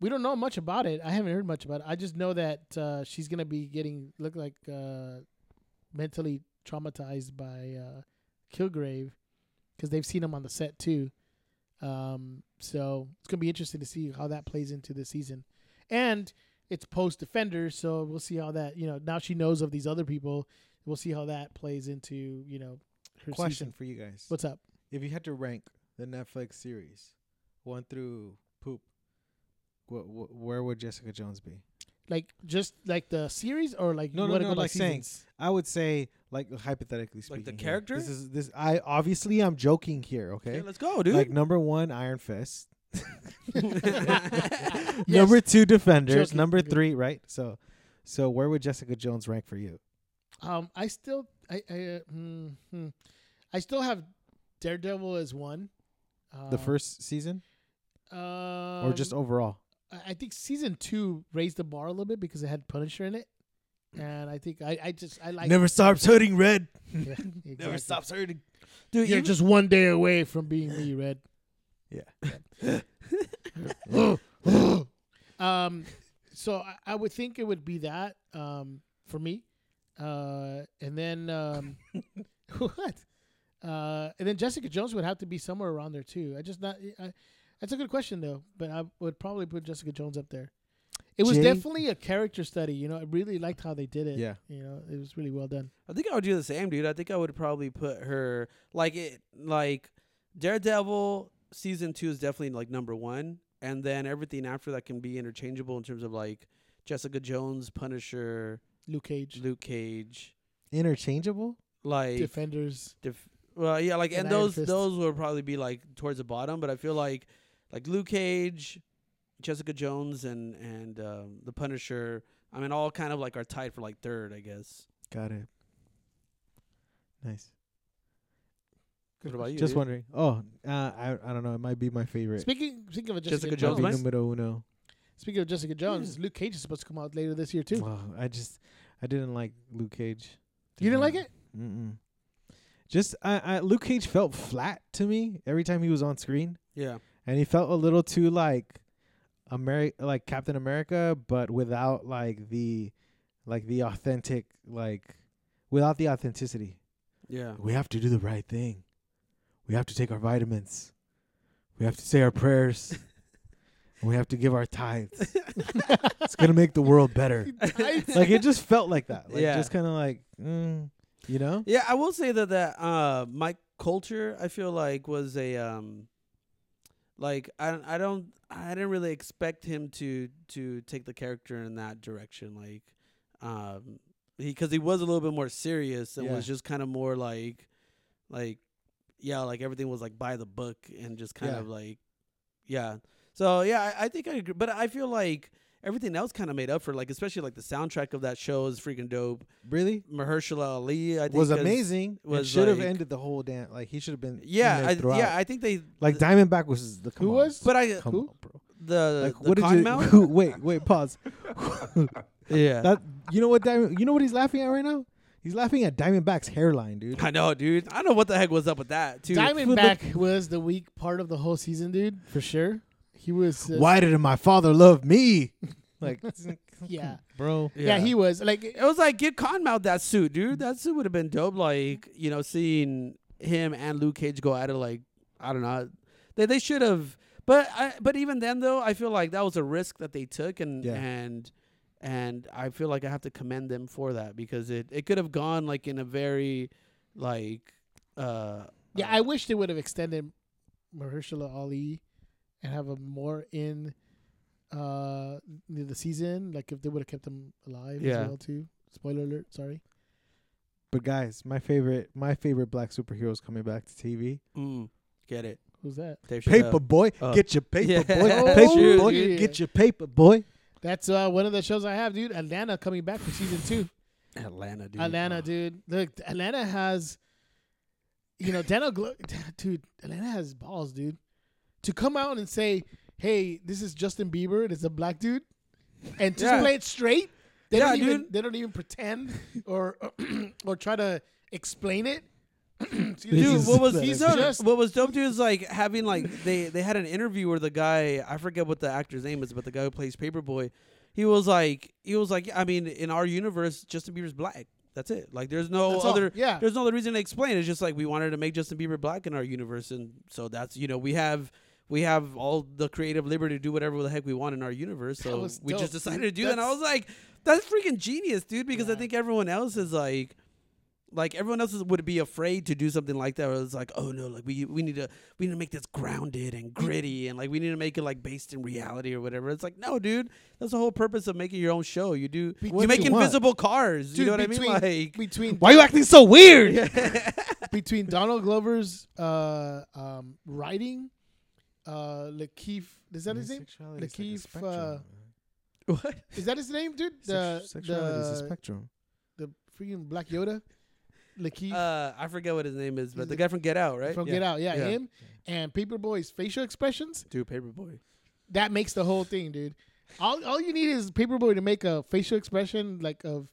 We don't know much about it. I haven't heard much about it. I just know that uh, she's gonna be getting look like uh, mentally traumatized by uh, Kilgrave because they've seen him on the set too. Um, so it's gonna be interesting to see how that plays into the season, and it's post Defender, so we'll see how that you know now she knows of these other people. We'll see how that plays into you know her Question season. for you guys. What's up? If you had to rank the Netflix series, one through poop, wh- wh- where would Jessica Jones be? Like just like the series or like No, you no, wanna no, go by like saying- seasons? I would say, like hypothetically Like speaking, the here, character? This is this. I obviously I'm joking here. Okay, Okay. let's go, dude. Like number one, Iron Fist. Yes. Number two, Defenders. Joking, Number okay. three, right? So, so where would Jessica Jones rank for you? um I still I I uh, hmm, hmm. I still have Daredevil as one. Um, the first season, um, or just overall? I I think season two raised the bar a little bit because it had Punisher in it, and I think I, I just I like stops hurting, Red. Yeah, exactly. hurting. dude, You're even- just one day away from being me, Red. um, so I, I would think it would be that um, for me, uh, and then um, what? Uh, and then Jessica Jones would have to be somewhere around there too. I just not. I, that's a good question though, but I would probably put Jessica Jones up there. It was Jay- definitely a character study. You know, I really liked how they did it. Yeah. You know, it was really well done. I think I would do the same, dude. I think I would probably put her like it like Daredevil season two is definitely like number one, and then everything after that can be interchangeable in terms of like Jessica Jones, Punisher, Luke Cage. Luke Cage. Interchangeable. like defenders. def- well, yeah, like And and Iron those Fist. those would probably be like towards the bottom, but I feel like like Luke Cage, Jessica Jones, and and um, the Punisher. I mean, all kind of like are tied for like third, I guess. Got it. Nice. What about you? Just dude? wondering. Oh, uh, I I don't know. It might be my favorite. Speaking speaking of Jessica, Jessica Might Jones, be Jones, numero uno. speaking of Jessica Jones, Luke Cage is supposed to come out later this year too. Wow, I just I didn't like Luke Cage. You didn't like it? Mm-mm. Just I, I Luke Cage felt flat to me every time he was on screen, Yeah, and he felt a little too like Ameri- like Captain America, but without like the like the authentic like without the authenticity. yeah. We have to do the right thing. We have to take our vitamins. We have to say our prayers. and we have to give our tithes. it's gonna make the world better like it just felt like that. Like Yeah. just kind of like, mm, you know, Yeah, I will say that that uh, Mike Culture, I feel like was a um, like I don't- I don't I didn't really expect him to to take the character in that direction. Like, um, he because he was a little bit more serious and Yeah. was just kind of more like, like, yeah, like everything was like by the book and just kind Yeah. of like, yeah. So yeah, I, I think I agree, but I feel like everything else kind of made up for like, especially like the soundtrack of that show is freaking dope. really Mahershala Ali, I think uh, was is- amazing. was it should have like- ended the whole dance. Like he should have been. in Yeah, there I, throughout. yeah, I think they like Diamondback was the come Who on. was? But I Come Who? on, bro. the, Like the what did con you? mount? wait, wait, pause. yeah, That you know what? Diamond, you know what he's laughing at right now? He's laughing at Diamondback's hairline, dude. I know, dude. I know what the heck was up with that too. Diamondback was the weak part of the whole season, dude, for sure. He was. Uh, Why didn't my father love me? Like, Yeah. bro. Yeah. he was like. oh, It was like get Conmouth that suit, dude. That suit would have been dope. Like you know, seeing him and Luke Cage go at it. Like I don't know, they they should have. But I but even then though, I feel like that was a risk that they took, and Yeah. and and I feel like I have to commend them for that because it it could have gone like in a very like uh Yeah, uh, I wish they would have extended Mahershala Ali and have a more in uh the the season. Like if they would have kept him alive Yeah. as well too. Spoiler alert. Sorry. But guys, my favorite, my favorite black superheroes coming back to TV. mm, get it. Who's that? Dave Chappelle. Paper boy, Uh, get your paper yeah. boy, Oh, paper shoot, boy, yeah. get your paper boy. That's uh, one of the shows I have, dude. Atlanta coming back for season two. Atlanta, dude. Atlanta, Oh. dude. Look, Atlanta has, you know, Daniel, Glo- dude. Atlanta has balls, dude. To come out and say, "Hey, this is Justin Bieber and it's a black dude," and just Yeah. play it straight. They Yeah, don't even dude. they don't even pretend or or try to explain it. Excuse me. Dude, He's what was just- he's he's no, no, just- what was dope dude is like having like they they had an interview where the guy I forget what the actor's name is, but the guy who plays Paperboy, he was like he was like I mean in our universe Justin Bieber's black. That's it. Like there's no That's all. other Yeah. there's no other reason to explain. It's just like we wanted to make Justin Bieber black in our universe, and so that's you know we have. We have all the creative liberty to do whatever the heck we want in our universe, so was we dope, just decided to dude. do that. And I That's- was like, "That's freaking genius, dude!" Because I Yeah. think everyone else is like, like everyone else is- would be afraid to do something like that. Where it's like, oh no, like we we need to we need to make this grounded and Mm-hmm. gritty, and like we need to make it like based in reality or whatever. It's like, no, dude, that's the whole purpose of making your own show. You do Be- you what make you want. invisible cars. Dude, you know what between, I mean? Like, between Why are you acting so weird? between Donald Glover's uh, um, writing, uh, Lakeith. Is that his name? Lakeith, uh, what? Is that his name, dude? The sexuality is a the, spectrum. the freaking Black Yoda, Lakeith Uh, I forget what his name is, He's but the the- guy from Get Out, right? from yeah, Get Out. Yeah, yeah. him and Paperboy's facial expressions. Dude, Paperboy. That makes the whole thing, dude. All all you need is Paperboy to make a facial expression like of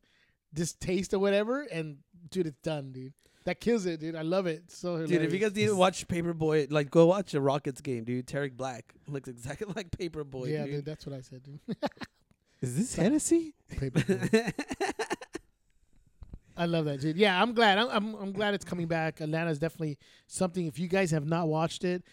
distaste or whatever, and dude, it's done, dude. That kills it, dude. I love it. It's So Dude, if you hilarious. guys need to watch Paperboy, like go watch a Rockets game, dude. Tarek Black looks exactly like Paperboy. yeah, dude. dude. that's what I said, dude. Is this Hennessy? Paperboy. I love that, dude. Yeah, I'm glad. I'm, I'm I'm glad it's coming back. Atlanta's definitely something. If you guys have not watched it,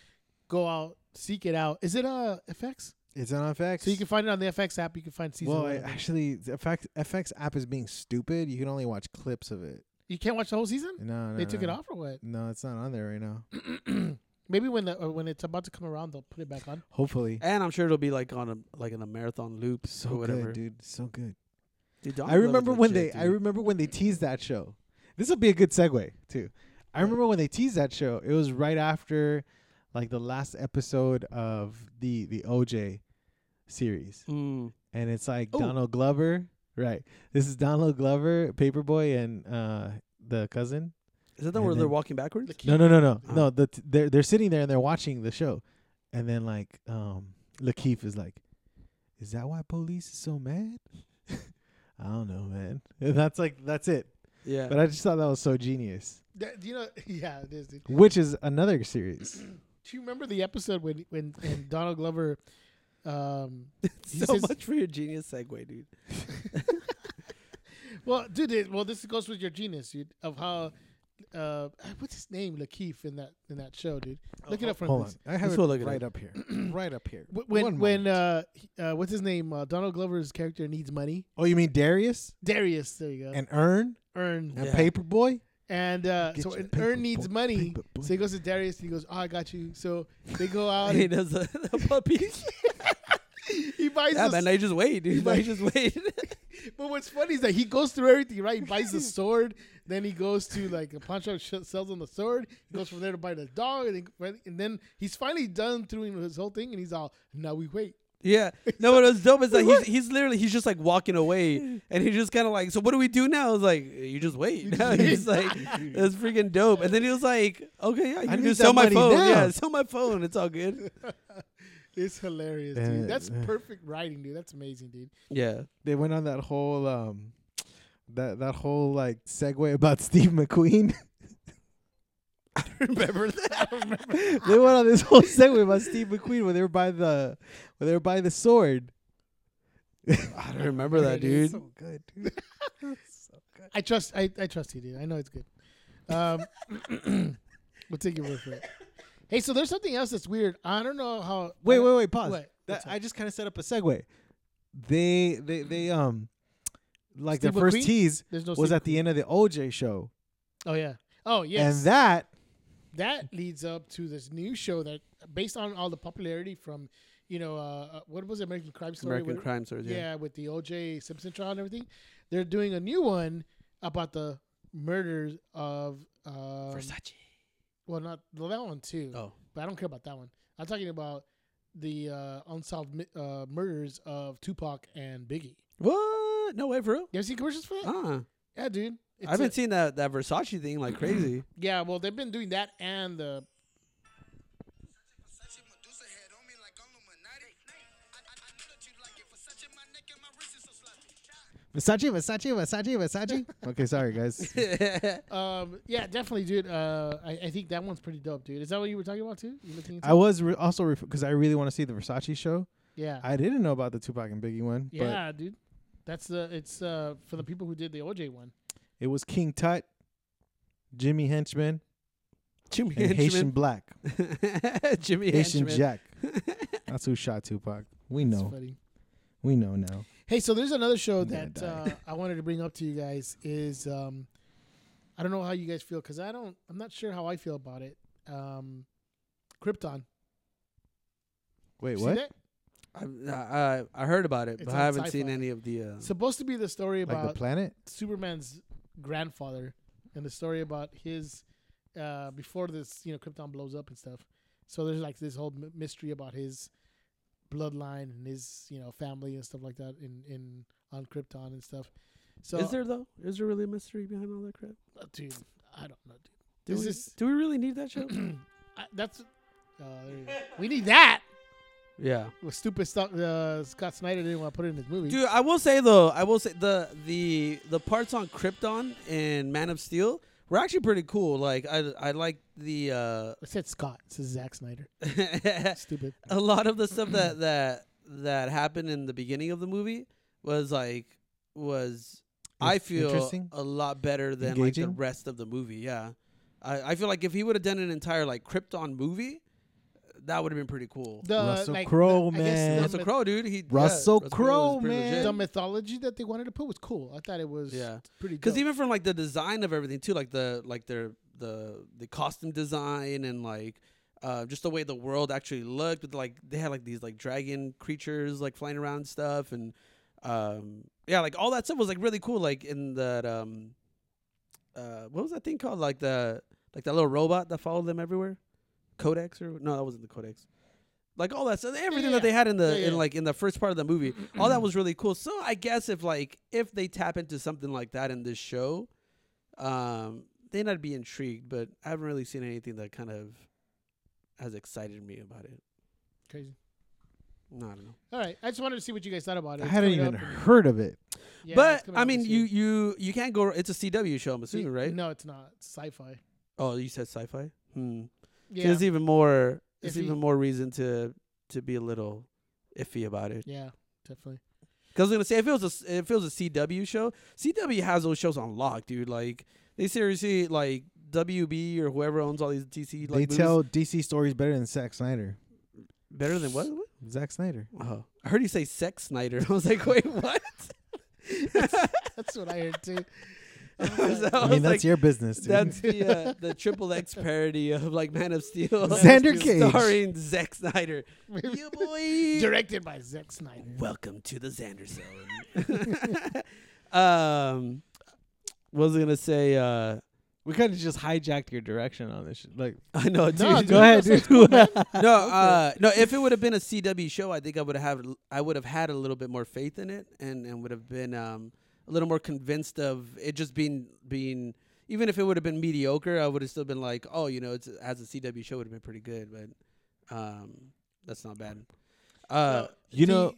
go out seek it out. Is it uh FX? It's on FX. So you can find it on the FX app. You can find season well, one. I, of it. actually, the FX FX app is being stupid. You can only watch clips of it. you can't watch the whole season. No, no they took it no. off or what? No, it's not on there right now. Maybe when the, or when it's about to come around, they'll put it back on. Hopefully, and I'm sure it'll be like on a like in a marathon loop so or whatever. good, dude. So good. Dude, Donald I Glover's remember when they. legit, I dude. remember when they teased that show. This will be a good segue too. I remember when they teased that show. It was right after, like the last episode of the the OJ series, Mm. and it's like Oh. Donald Glover. Right. This is Donald Glover, Paperboy, and uh the cousin. Is that the And where they're then- walking backwards? The No, no, no, no, Oh. no. The t- they're they're sitting there and they're watching the show, and then like um Lakeith is like, "Is that why police is so mad?" I don't know, man. And that's like that's it. Yeah. But I just thought that was so genius. That- you know, yeah, it is. Dude. Which is another series. Do you remember the episode when when, when Donald Glover? Um, he so says- much for your genius segue, dude. well, dude, it, well, this goes with your genius, dude. Of how, uh, what's his name, Lakeith in that in that show, dude? Look it up for Hold us. on, I have Let's it go look it right up here, right up here. Wh- When One when moment. uh, he- uh, what's his name? Uh, Donald Glover's character needs money. oh, you mean Darius Darius, there you go. and Earn Earn and Yeah. Paperboy? and uh, Get so your Earn paper, needs boy, money. paper, boy. So he goes to Darius and he goes, "Oh, I got you." So they go out. he and does the, the puppies. he buys. yeah, a man. s- I just wait, dude. I just wait. but what's funny is that he goes through everything, right? He buys the sword, then he goes to like a pawn shop, sh- sells him the sword. He goes from there to buy the dog, and then, and then he's finally done through his whole thing, and he's all, "Now we wait." yeah. No, what was dope is that he's, he's literally he's just like walking away, and he's just kind of like, so what do we do now? I was like, you just wait. just Now wait. he's like, that's freaking dope. And then he was like, okay, yeah, you can need just sell that my money phone. now. Yeah, sell my phone. It's all good. It's hilarious, Uh, dude. That's uh. perfect writing, dude. That's amazing, dude. Yeah. They went on that whole um, that that whole like segue about Steve McQueen. Remember that? Remember. they went on this whole segue about Steve McQueen when they were by the when they were by the sword. I don't remember that, It is dude. So good, dude. I trust. I, I trust you, dude. I know it's good. Um, we'll take your word for it. Hey, so there's something else that's weird. I don't know how. Wait, wait, wait, pause. What? That, What's up? I just kind of set up a segue. They they they um like their Steve first McQueen? Oh, tease There's no was secret. at the end of the OJ show, Oh yeah. Oh yes. and that that leads up to this new show that based on all the popularity from you know uh, uh, what was it, american crime story American with- Crime Story. yeah. with the oj simpson trial and everything they're doing a new one about the murders of um, Versace. well not well, that one too Oh. but i don't care about that one i'm talking about the uh, unsolved mi- uh, murders of tupac and biggie What? No way, for real? you ever seen commercials for that Uh, yeah dude It's I've a- been seeing that, that Versace thing like crazy. yeah well they've been doing that and the Versace Medusa head on me like I'm Illuminati. I, I, I know that you like it. Versace my neck and my wrist is so sloppy. Versace, Versace, Versace, Versace. okay, sorry guys. Um, yeah, definitely, dude. Uh, I, I think that one's pretty dope, dude. Is that what you were talking about too? You looking into I was re- also because I really want to see the Versace show. yeah, I didn't know about the Tupac and Biggie one, but yeah, dude. That's the it's uh for the people who did the OJ one. it was King Tut, Jimmy Henchman, Jimmy and Haitian Henchman. Black, Jimmy Haitian Henchman. Jack. That's who shot Tupac. We That's know. funny. We know now. Hey, so there's another show I'm gonna that uh, I wanted to bring up to you guys is um, I don't know how you guys feel because I don't I'm not sure how I feel about it. Um, Krypton. Wait, See what? that? I, uh, I, I heard about it, It's but on I haven't Sci-Fi. seen any of the. Uh, Supposed to be the story Like the about planet? Superman's grandfather and the story about his uh, before this, you know, Krypton blows up and stuff. So there's like this whole m- mystery about his bloodline and his, you know, family and stuff like that in in on Krypton and stuff. So is there though? Is there really a mystery behind all that crap? uh, dude, I don't know, dude. Do, This we, is- do we really need that show? I, that's oh, there you go. we need that. yeah, Well, stupid stuff. Uh, Scott Snyder didn't want to put it in his movie. dude. I will say though, I will say the the the parts on Krypton and Man of Steel were actually pretty cool. Like I I like the uh, I said Scott. This is Zack Snyder. Stupid. a lot of the stuff that that that happened in the beginning of the movie was like was I It's feel interesting. a lot better than like the Engaging. rest of the movie. Yeah, I I feel like if he would have done an entire like Krypton movie, that would have been pretty cool. The, Russell like, Crowe, the- I guess the man. Russell myth- Crowe, dude. He yeah, Russell Crowe Crowe, was pretty man. legit. the mythology that they wanted to put was cool. I thought it was Yeah. pretty. Because dope. even from like the design of everything too, like the like their the the costume design and like uh, just the way the world actually looked, with like they had like these like dragon creatures like flying around and stuff, and um, yeah, like all that stuff was like really cool. Like in that um, uh, what was that thing called? Like the like that little robot that followed them everywhere, Codex or no, that wasn't the Codex. Like all that stuff, everything yeah, that they had in the Yeah, in yeah. like in the first part of the movie, all that was really cool. So I guess if like if they tap into something like that in this show, um, then I'd be intrigued. But I haven't really seen anything that kind of has excited me about it. Crazy. No, I don't know. All right. I just wanted to see what you guys thought about it. I It's hadn't coming even up and- heard of it. Yeah, it's but coming I up mean, this you year. you you can't go. It's a CW show, I'm assuming, right? No, it's not. It's sci-fi. Oh, you said sci-fi. Hmm. So Yeah. there's even more. There's Iffy. even more reason to to be a little iffy about it. yeah. Definitely. Because I was gonna say if it was a s- if it was a CW show, CW has those shows on lock, dude. Like they seriously like WB or whoever owns all these DC like they movies- tell DC stories better than Zack Snyder. better than what? what? Zack Snyder. Oh, I heard you say Sex Snyder. I was like, wait, what? That's what I heard too. So I, I mean, was that's like, your business, dude. That's the uh, the triple X parody of like Man of Steel, Xander starring Zack Snyder. yeah, boy. Directed by Zack Snyder. Welcome to the Xander Zone. um, what was I gonna say? Uh, we kind of just hijacked your direction on this. Sh- like, I know, dude. No, No, dude, go ahead, dude. that's cool, man. uh, no. If it would have been a CW show, I think I would have I would have had a little bit more faith in it, and and would have been um a little more convinced of it just being being. Even if it would have been mediocre, I would have still been like, oh, you know, it's as a CW show would have been pretty good, but um, that's not bad. Uh, Uh, You the- know-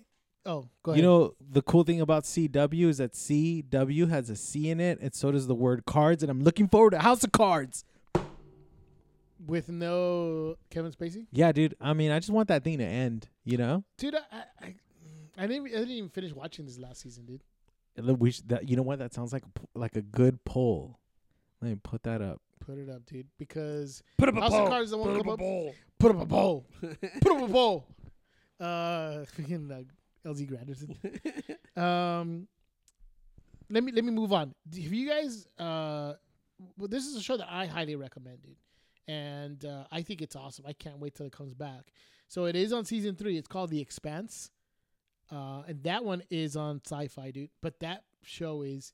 Oh, go ahead. you know, the cool thing about CW is that CW has a C in it, and so does the word cards. And I'm looking forward to House of Cards. with no Kevin Spacey, Yeah, dude. I mean, I just want that thing to end. You know, dude. I, I, I- I didn't. I didn't even finish watching this last season, dude. And then we sh- that, you know what? That sounds like a p like a good poll. Let me put that up. Put it up, dude, because put up House of Cards is the one. Put that up come a up- bowl. Put up a bowl. Put up a bowl. Uh, freaking uh, LZ Granderson. Um, let me let me move on. Do- Have you guys? Uh, well, this is a show that I highly recommend, dude, and uh, I think it's awesome. I can't wait till it comes back. So it is on season three. It's called The Expanse, uh, and that one is on Sci-Fi, dude. But that show is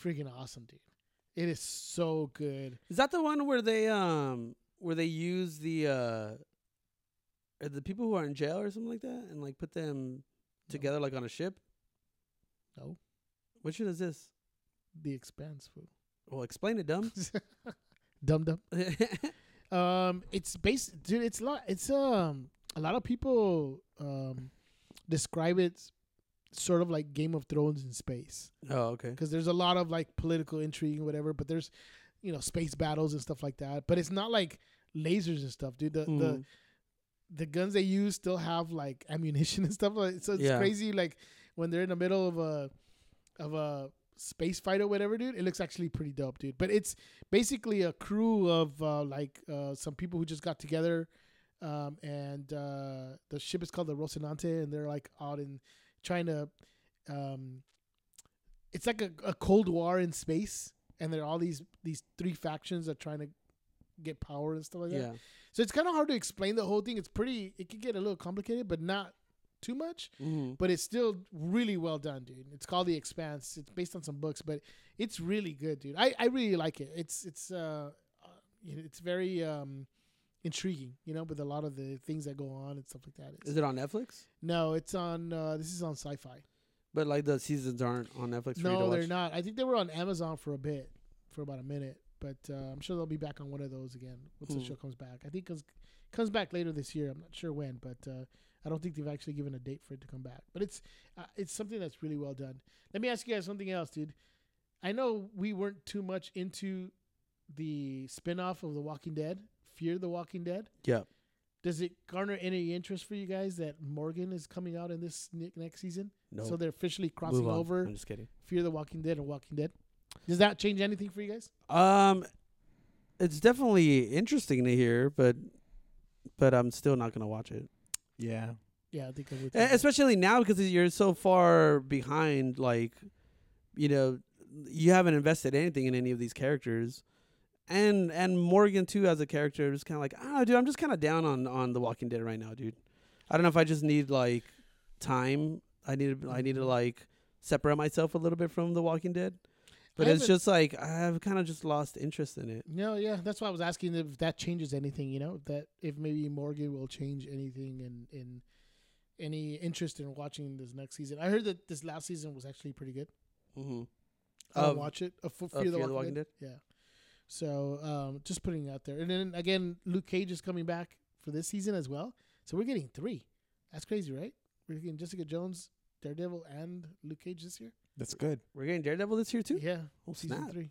freaking awesome, dude. It is so good. Is that the one where they um where they use the uh are the people who are in jail or something like that and like put them together like on a ship? No. What shit is this? The Expanse, fool. Well, explain it, dumb. dum dum. That's Um, it's based, dude. It's a lot. It's um a lot of people um describe it sort of like Game of Thrones in space oh, okay. because there's a lot of like political intrigue and whatever, but there's you know space battles and stuff like that. But it's not like lasers and stuff, dude. The the Mhm. the guns they use still have like ammunition and stuff. Like, so it's Yeah. crazy. Like when they're in the middle of a of a space fight or whatever, dude. It looks actually pretty dope, dude. But it's basically a crew of uh, like uh, some people who just got together, um, and uh, the ship is called the Rocinante, and they're like out in trying to. Um, it's like a, a cold war in space, and there are all these these three factions that are trying to get power and stuff like that. Yeah. So it's kind of hard to explain the whole thing. It's pretty. It could get a little complicated, but not too much. Mhm. But it's still really well done, dude. It's called The Expanse. It's based on some books, but it's really good, dude. I, I really like it. It's it's uh uh, it's very um intriguing, you know, with a lot of the things that go on and stuff like that. It's- Is it on Netflix? no, it's on. Uh, this is on Sci-Fi. But like the seasons aren't on Netflix for you to No, watch. they're not. I think they were on Amazon for a bit, for about a minute. But uh, I'm sure they'll be back on one of those again once the Hmm. show comes back. I think it comes comes back later this year. I'm not sure when, but uh, I don't think they've actually given a date for it to come back. But it's uh, it's something that's really well done. Let me ask you guys something else, dude. I know we weren't too much into the spin-off of The Walking Dead, Fear the Walking Dead. Yeah. Does it garner any interest for you guys that Morgan is coming out in this ne- next season? No. So they're officially Move crossing on. over. I'm just kidding. Fear the Walking Dead and Walking Dead. Does that change anything for you guys? Um, it's definitely interesting to hear, but but I'm still not gonna watch it. Yeah. Yeah, I think I would. E- especially now because you're so far behind like you know you haven't invested anything in any of these characters and and morgan too as a character is kind of like i don't know dude i'm just kind of down on on the walking dead right now dude i don't know if i just need like Mm-hmm. time i need to i need to like separate myself a little bit from the walking dead But I it's haven't- just like I've kind of just lost interest in it. No, yeah, that's why I was asking if that changes anything. You know, if that if maybe Morgan will change anything in in any interest in watching this next season. I heard that this last season was actually pretty good. Mm-hmm. I'll Of- watch it. Of Fear, of the, Walking Dead. Yeah. So um, just putting it out there, and then again, Luke Cage is coming back for this season as well. So we're getting three. That's crazy, right? We're getting Jessica Jones, Daredevil, and Luke Cage this year. That's good. We're getting Daredevil this year too. Yeah, Oh, season snap. three,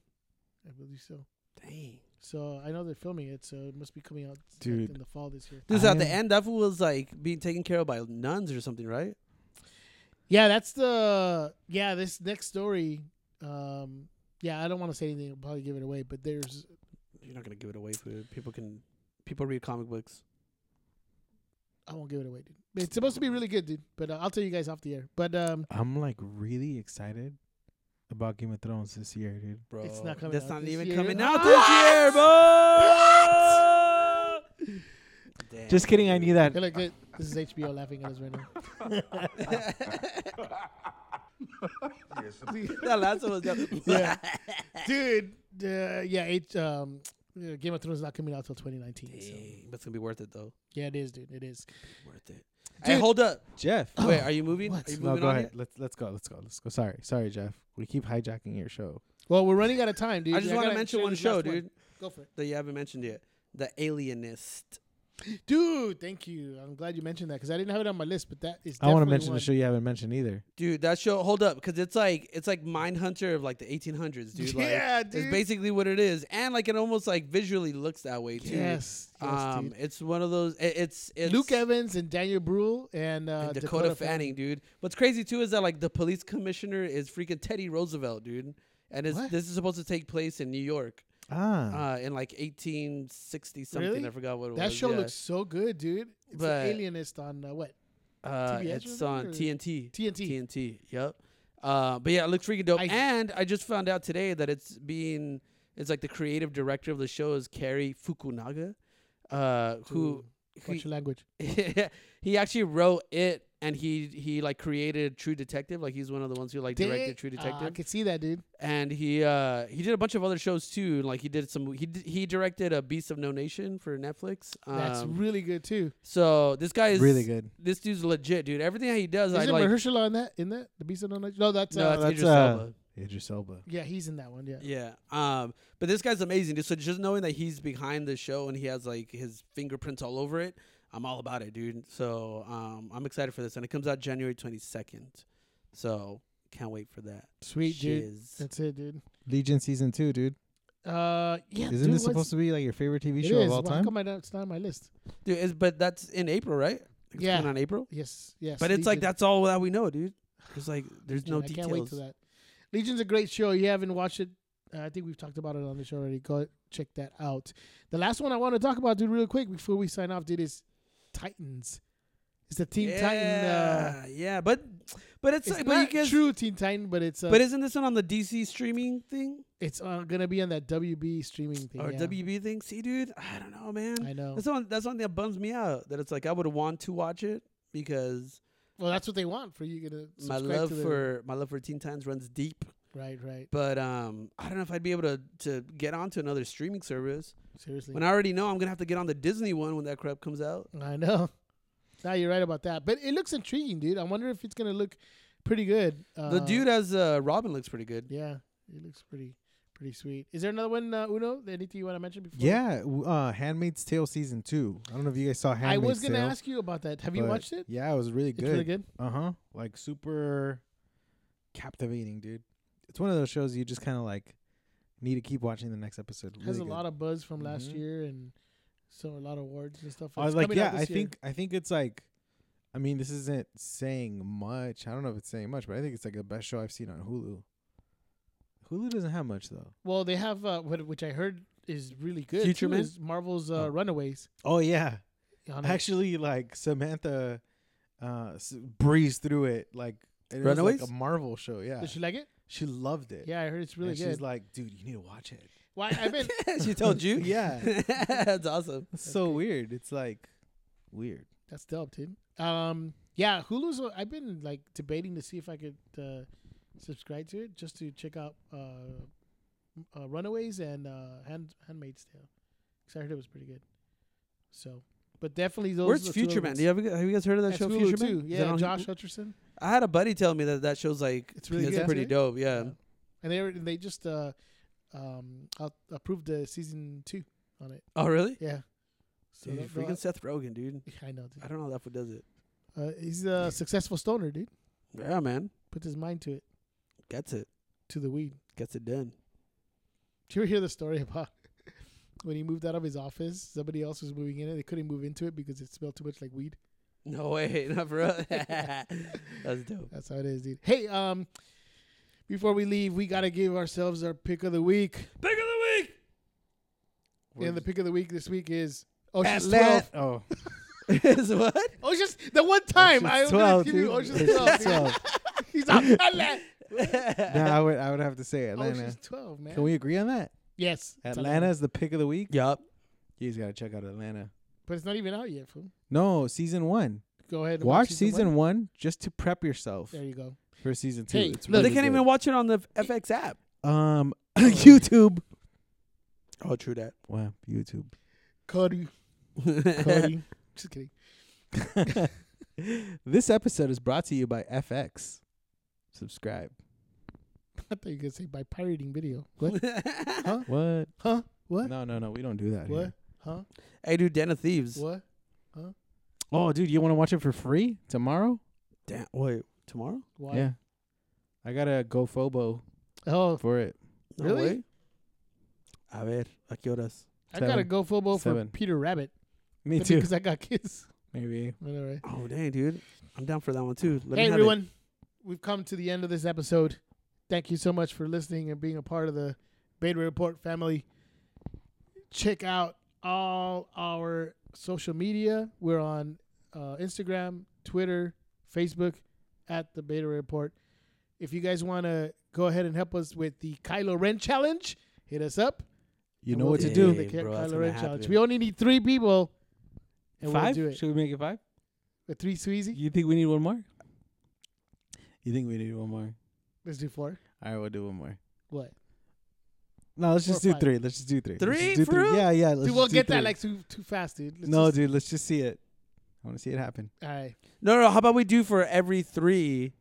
I believe so. Dang. So I know they're filming it, so it must be coming out like, Dude. in the fall this year. Dude, I so at the am- end, that fool was like being taken care of by nuns or something, right? Yeah, that's the yeah. This next story, um, yeah, I don't want to say anything. I'll probably give it away, but there's You're not gonna give it away. Food. People can. People read comic books. I won't give it away, dude. It's supposed to be really good, dude. But uh, I'll tell you guys off the air. But um, I'm like really excited about Game of Thrones this year, dude. Bro, It's not coming That's not out this even year. coming out this year, bro. Damn, Just kidding. I dude. need that. hey, look, look, this is HBO laughing at us right now. that last one was done. Yeah, dude. Uh, yeah, it, um, yeah, Game of Thrones is not coming out till 2019. So. Dang, but it's gonna be worth it though. Yeah, it is, dude. It is. Worth it. hey, Dude. hold up. Jeff. Oh, Wait, are you moving? What? Are you Oh, No, moving go on ahead. Let's let's go. Let's go. Let's go. Sorry, sorry, Jeff. We keep hijacking your show. Well, we're running out of time, dude. yet? I just want to gotta mention share one this show, last dude, Go for it, that you haven't mentioned yet. The Alienist. dude. Thank you. I'm glad you mentioned that because I didn't have it on my list, but that is. I want to definitely mention one. the show you haven't mentioned either. Dude, that show hold up, cause it's like it's like Mindhunter of like the 1800s, dude. Like, Yeah, dude. It's basically what it is, and like it almost like visually looks that way too. Yes, yes um, dude. it's one of those. It, it's, it's Luke Evans and Daniel Bruhl and, uh, and Dakota, Fanning, dude. What's crazy too is that like the police commissioner is freaking Teddy Roosevelt, dude, and it's, What? this is supposed to take place in New York, Ah, uh, in like 1860 something. Really? I forgot what it That was. show yeah. looks so good, dude. It's But- the Alienist on uh, what Uh, TBS it's or on something, or- TNT. TNT. TNT. Yep. Uh, but yeah, it looks freaking dope. I- and I just found out today that it's being it's like the creative director of the show is Kerry Fukunaga, uh, who Watch he, your language. he actually wrote it and he he like created True Detective. Like he's one of the ones who like Dick. directed True Ah, Detective. I could see that, dude. And he uh he did a bunch of other shows too. Like he did some he did, he directed a Beast of No Nation for Netflix. Um, That's really good too. so this guy is really good. This dude's legit, dude. Everything that he does, I Isn't like. Mahershala in that? In that? The Beast of No Nation? No, that's. No, uh, it's that's, Idris uh, Elba. Idris Elba. yeah, he's in that one. Yeah. Yeah. Um, but this guy's amazing, dude. So just knowing that he's behind the show and he has like his fingerprints all over it, I'm all about it, dude. So um, I'm excited for this, and it comes out January 22nd. So can't wait for that. Sweet, dude. Shiz. That's it, dude. Legion season two, dude. Uh, yeah. Isn't this supposed to be like your favorite TV It show is. of all Well, How time? come I don't, it's not on my list? Dude, it's, but that's in April, right? It's Yeah. coming on April. Yes, yes. But it's like Legion. that's all that we know, dude. There's like there's Legion. no I details. can't wait to that. Legion's a great show. You haven't watched it. Uh, I think we've talked about it on the show already. Go check that out. The last one I want to talk about, dude, real quick before we sign off, dude, is Titans. It's the Teen Titan. Uh, Yeah, yeah, but but it's, it's like, not but you guys, true Teen Titan, but it's uh, but isn't this one on the DC streaming thing? it's uh, gonna be on that WB streaming thing. or yeah. WB thing. See, dude, I don't know, man. I know. That's one. That's one thing that bums me out. That it's like I would want to watch it because Well, that's what they want for you. Gonna my subscribe love to the, for my love for Teen Titans runs deep. right, right. But um, I don't know if I'd be able to to get onto another streaming service Seriously, when I already know I'm gonna have to get on the Disney one when that crap comes out. I know. Now you're right about that, but it looks intriguing, dude. I wonder if it's gonna look pretty good. Uh, the dude as uh, Robin looks pretty good. yeah, it looks pretty, pretty sweet. Is there another one, uh, Uno? Anything you want to mention before? Yeah, w- uh, Handmaid's Tale season two. I don't know if you guys saw I Handmaid's was gonna Tale, ask you about that. Have you but watched it? Yeah, it was really It's really good. good. Uh huh. Like super captivating, dude. It's one of those shows you just kind of like need to keep watching the next episode. Has Really a good. lot of buzz from last Mhm. year and so a lot of awards and stuff. I It's was like, coming out yeah, I this year. think I think it's like, I mean, this isn't saying much. I don't know if it's saying much, but I think it's like the best show I've seen on Hulu. Hulu doesn't have much though. Well, they have uh, what, which I heard is really good. Future too, Man? is Marvel's uh, Oh. Runaways. Oh yeah, On it. actually, like Samantha, uh, s- breezed through it like it was like Runaways? a Marvel show. Yeah, Did she like it? she loved it. Yeah, I heard it's really and good. uh, She's like, dude, you need to watch it. Why I've been she told you. yeah, that's awesome. it's so weird. It's like weird. that's dope, dude. Um, yeah, Hulu's. uh, I've been like debating to see if I could uh, subscribe to it just to check out uh, uh, Runaways and uh, Hand Handmaid's Tale. 'Cause I heard it was pretty good. So, but definitely those. Where's are two Future of Man? us. Do you ever, have you guys heard of that That's show, Hulu Future too. Man? Is that Yeah, on Josh Hulu? Hutcherson. I had a buddy tell me that that show's like It's really that's good. pretty That's dope. Yeah. Yeah. And they were, they just uh, um, out- approved the season two on it. Oh really? Yeah. So Dude, that- that- freaking Seth Rogen, dude. I know. Dude. I don't know how that fool does it. Uh, he's a successful stoner, dude. Yeah, man. Put his mind to it, Gets it. to the weed. Gets it done. Did you ever hear the story about when he moved out of his office? Somebody else was moving in it. They couldn't move into it because it smelled too much like weed. No way, not for us. That's dope. That's how it is, dude. Hey, um, before we leave, we gotta give ourselves our pick of the week. Pick of the week. And the pick of the week this week is Ocean's Twelve. Oh, is what? Ocean's the one time I was gonna 12, give you dude. Ocean's Ocean's Twelve. dude. 12. He's on Atlanta. no, Oh, I would I would have to say Oh, Atlanta. Ocean's Twelve, man. Can we agree on that? yes, it's Atlanta is the pick of the week. Yup. You just gotta check out Atlanta. but it's not even out yet. Fool. No, season one. Go ahead. and Watch season one. one. just to prep yourself There you go. for season two. Hey, it's look, They really can't even watch it on the FX app. even um YouTube. Oh, true that. Wow, YouTube. Cody, Cody. Just kidding. this episode is brought to you by FX. Subscribe. I thought you were gonna say by pirating video. What? What? Huh? What? No, no, no. We don't do that. What? here. Huh? hey, dude, Den of Thieves. What? Oh, dude, you want to watch it for free tomorrow? Damn. Wait, tomorrow? Why? Yeah. I got a GoFobo Oh, for it. No Really? way. A ver, a qué horas? I gotta Seven. go football for Seven. Peter Rabbit Me too. because I got kids. Maybe. All right. Oh, dang, dude. I'm down for that one, too. Let me Hey have it. everyone, we've come to the end of this episode. Thank you so much for listening and being a part of the Beta Report family. Check out all our social media. We're on uh, Instagram, Twitter, Facebook at the Beta Report. If you guys want to go ahead and help us with the Kylo Ren challenge, hit us up. You and know we'll what to Yeah, do. The bro, that's Kylo gonna Ren challenge. happen. We only need three people, and five? we'll do it. Should we make it five? With three Sweezy, You think we need one more? You think we need one more? let's do four. All right, we'll do one more. What? No, let's Four just or do five? three. Let's just do three. Let's Three, just do for real? Yeah, yeah. Let's Dude, we'll just do get three. that like too, too fast, dude. Let's no, just- dude. Let's just see it. I want to see it happen. All right. No, no, how about we do for every three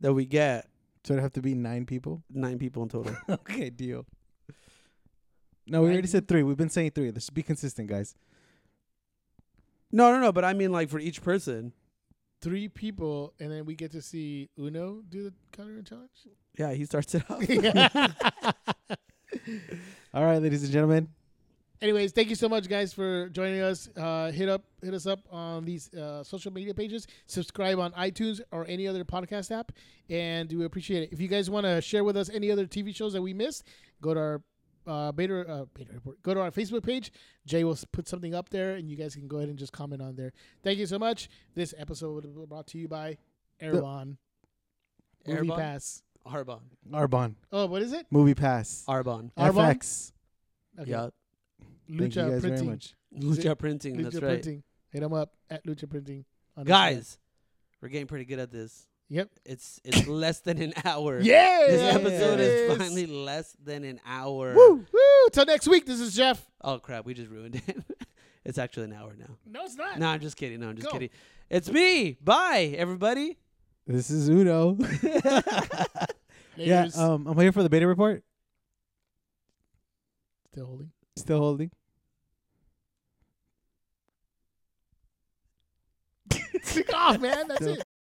that we get, So it'd have to be nine people. nine people in total? okay, deal. No, we Nine already said three. We've been saying three. Let's be consistent, guys. no, no, no, but I mean, like, for each person. Three people, and then we get to see Uno do the color and challenge. Yeah, he starts it off. All right, ladies and gentlemen. Anyways, thank you so much, guys, for joining us. Uh, hit up, hit us up on these uh, social media pages. Subscribe on iTunes or any other podcast app, and we appreciate it. If you guys want to share with us any other TV shows that we missed, go to our uh, beta, uh, beta report. Go to our Facebook page. Jay will s- put something up there, and you guys can go ahead and just comment on there. Thank you so much. This episode was brought to you by Airbon Movie Airbon? Pass. Arbon. Arbon, Oh, what is it? Movie Pass, Arbon. Arbon? FX. Okay. Yeah. Lucha Thank you guys Printing. very much. Lucha Printing. Lucha that's right. Printing. Hit them up at Lucha Printing. on Instagram. Guys, we're getting pretty good at this. Yep. It's it's less than an hour. Yeah. This Yeah. It episode is is. finally less than an hour. Woo. Woo. Till next week. This is Jeff. Oh crap, we just ruined it. it's actually an hour now. No, it's not. No, I'm just kidding. No, I'm just Go. kidding. It's me. Bye, everybody. This is Udo. yeah, Layers. um, I'm here for the beta report. Still holding. Still holding. Stick off, man. That's Still- it.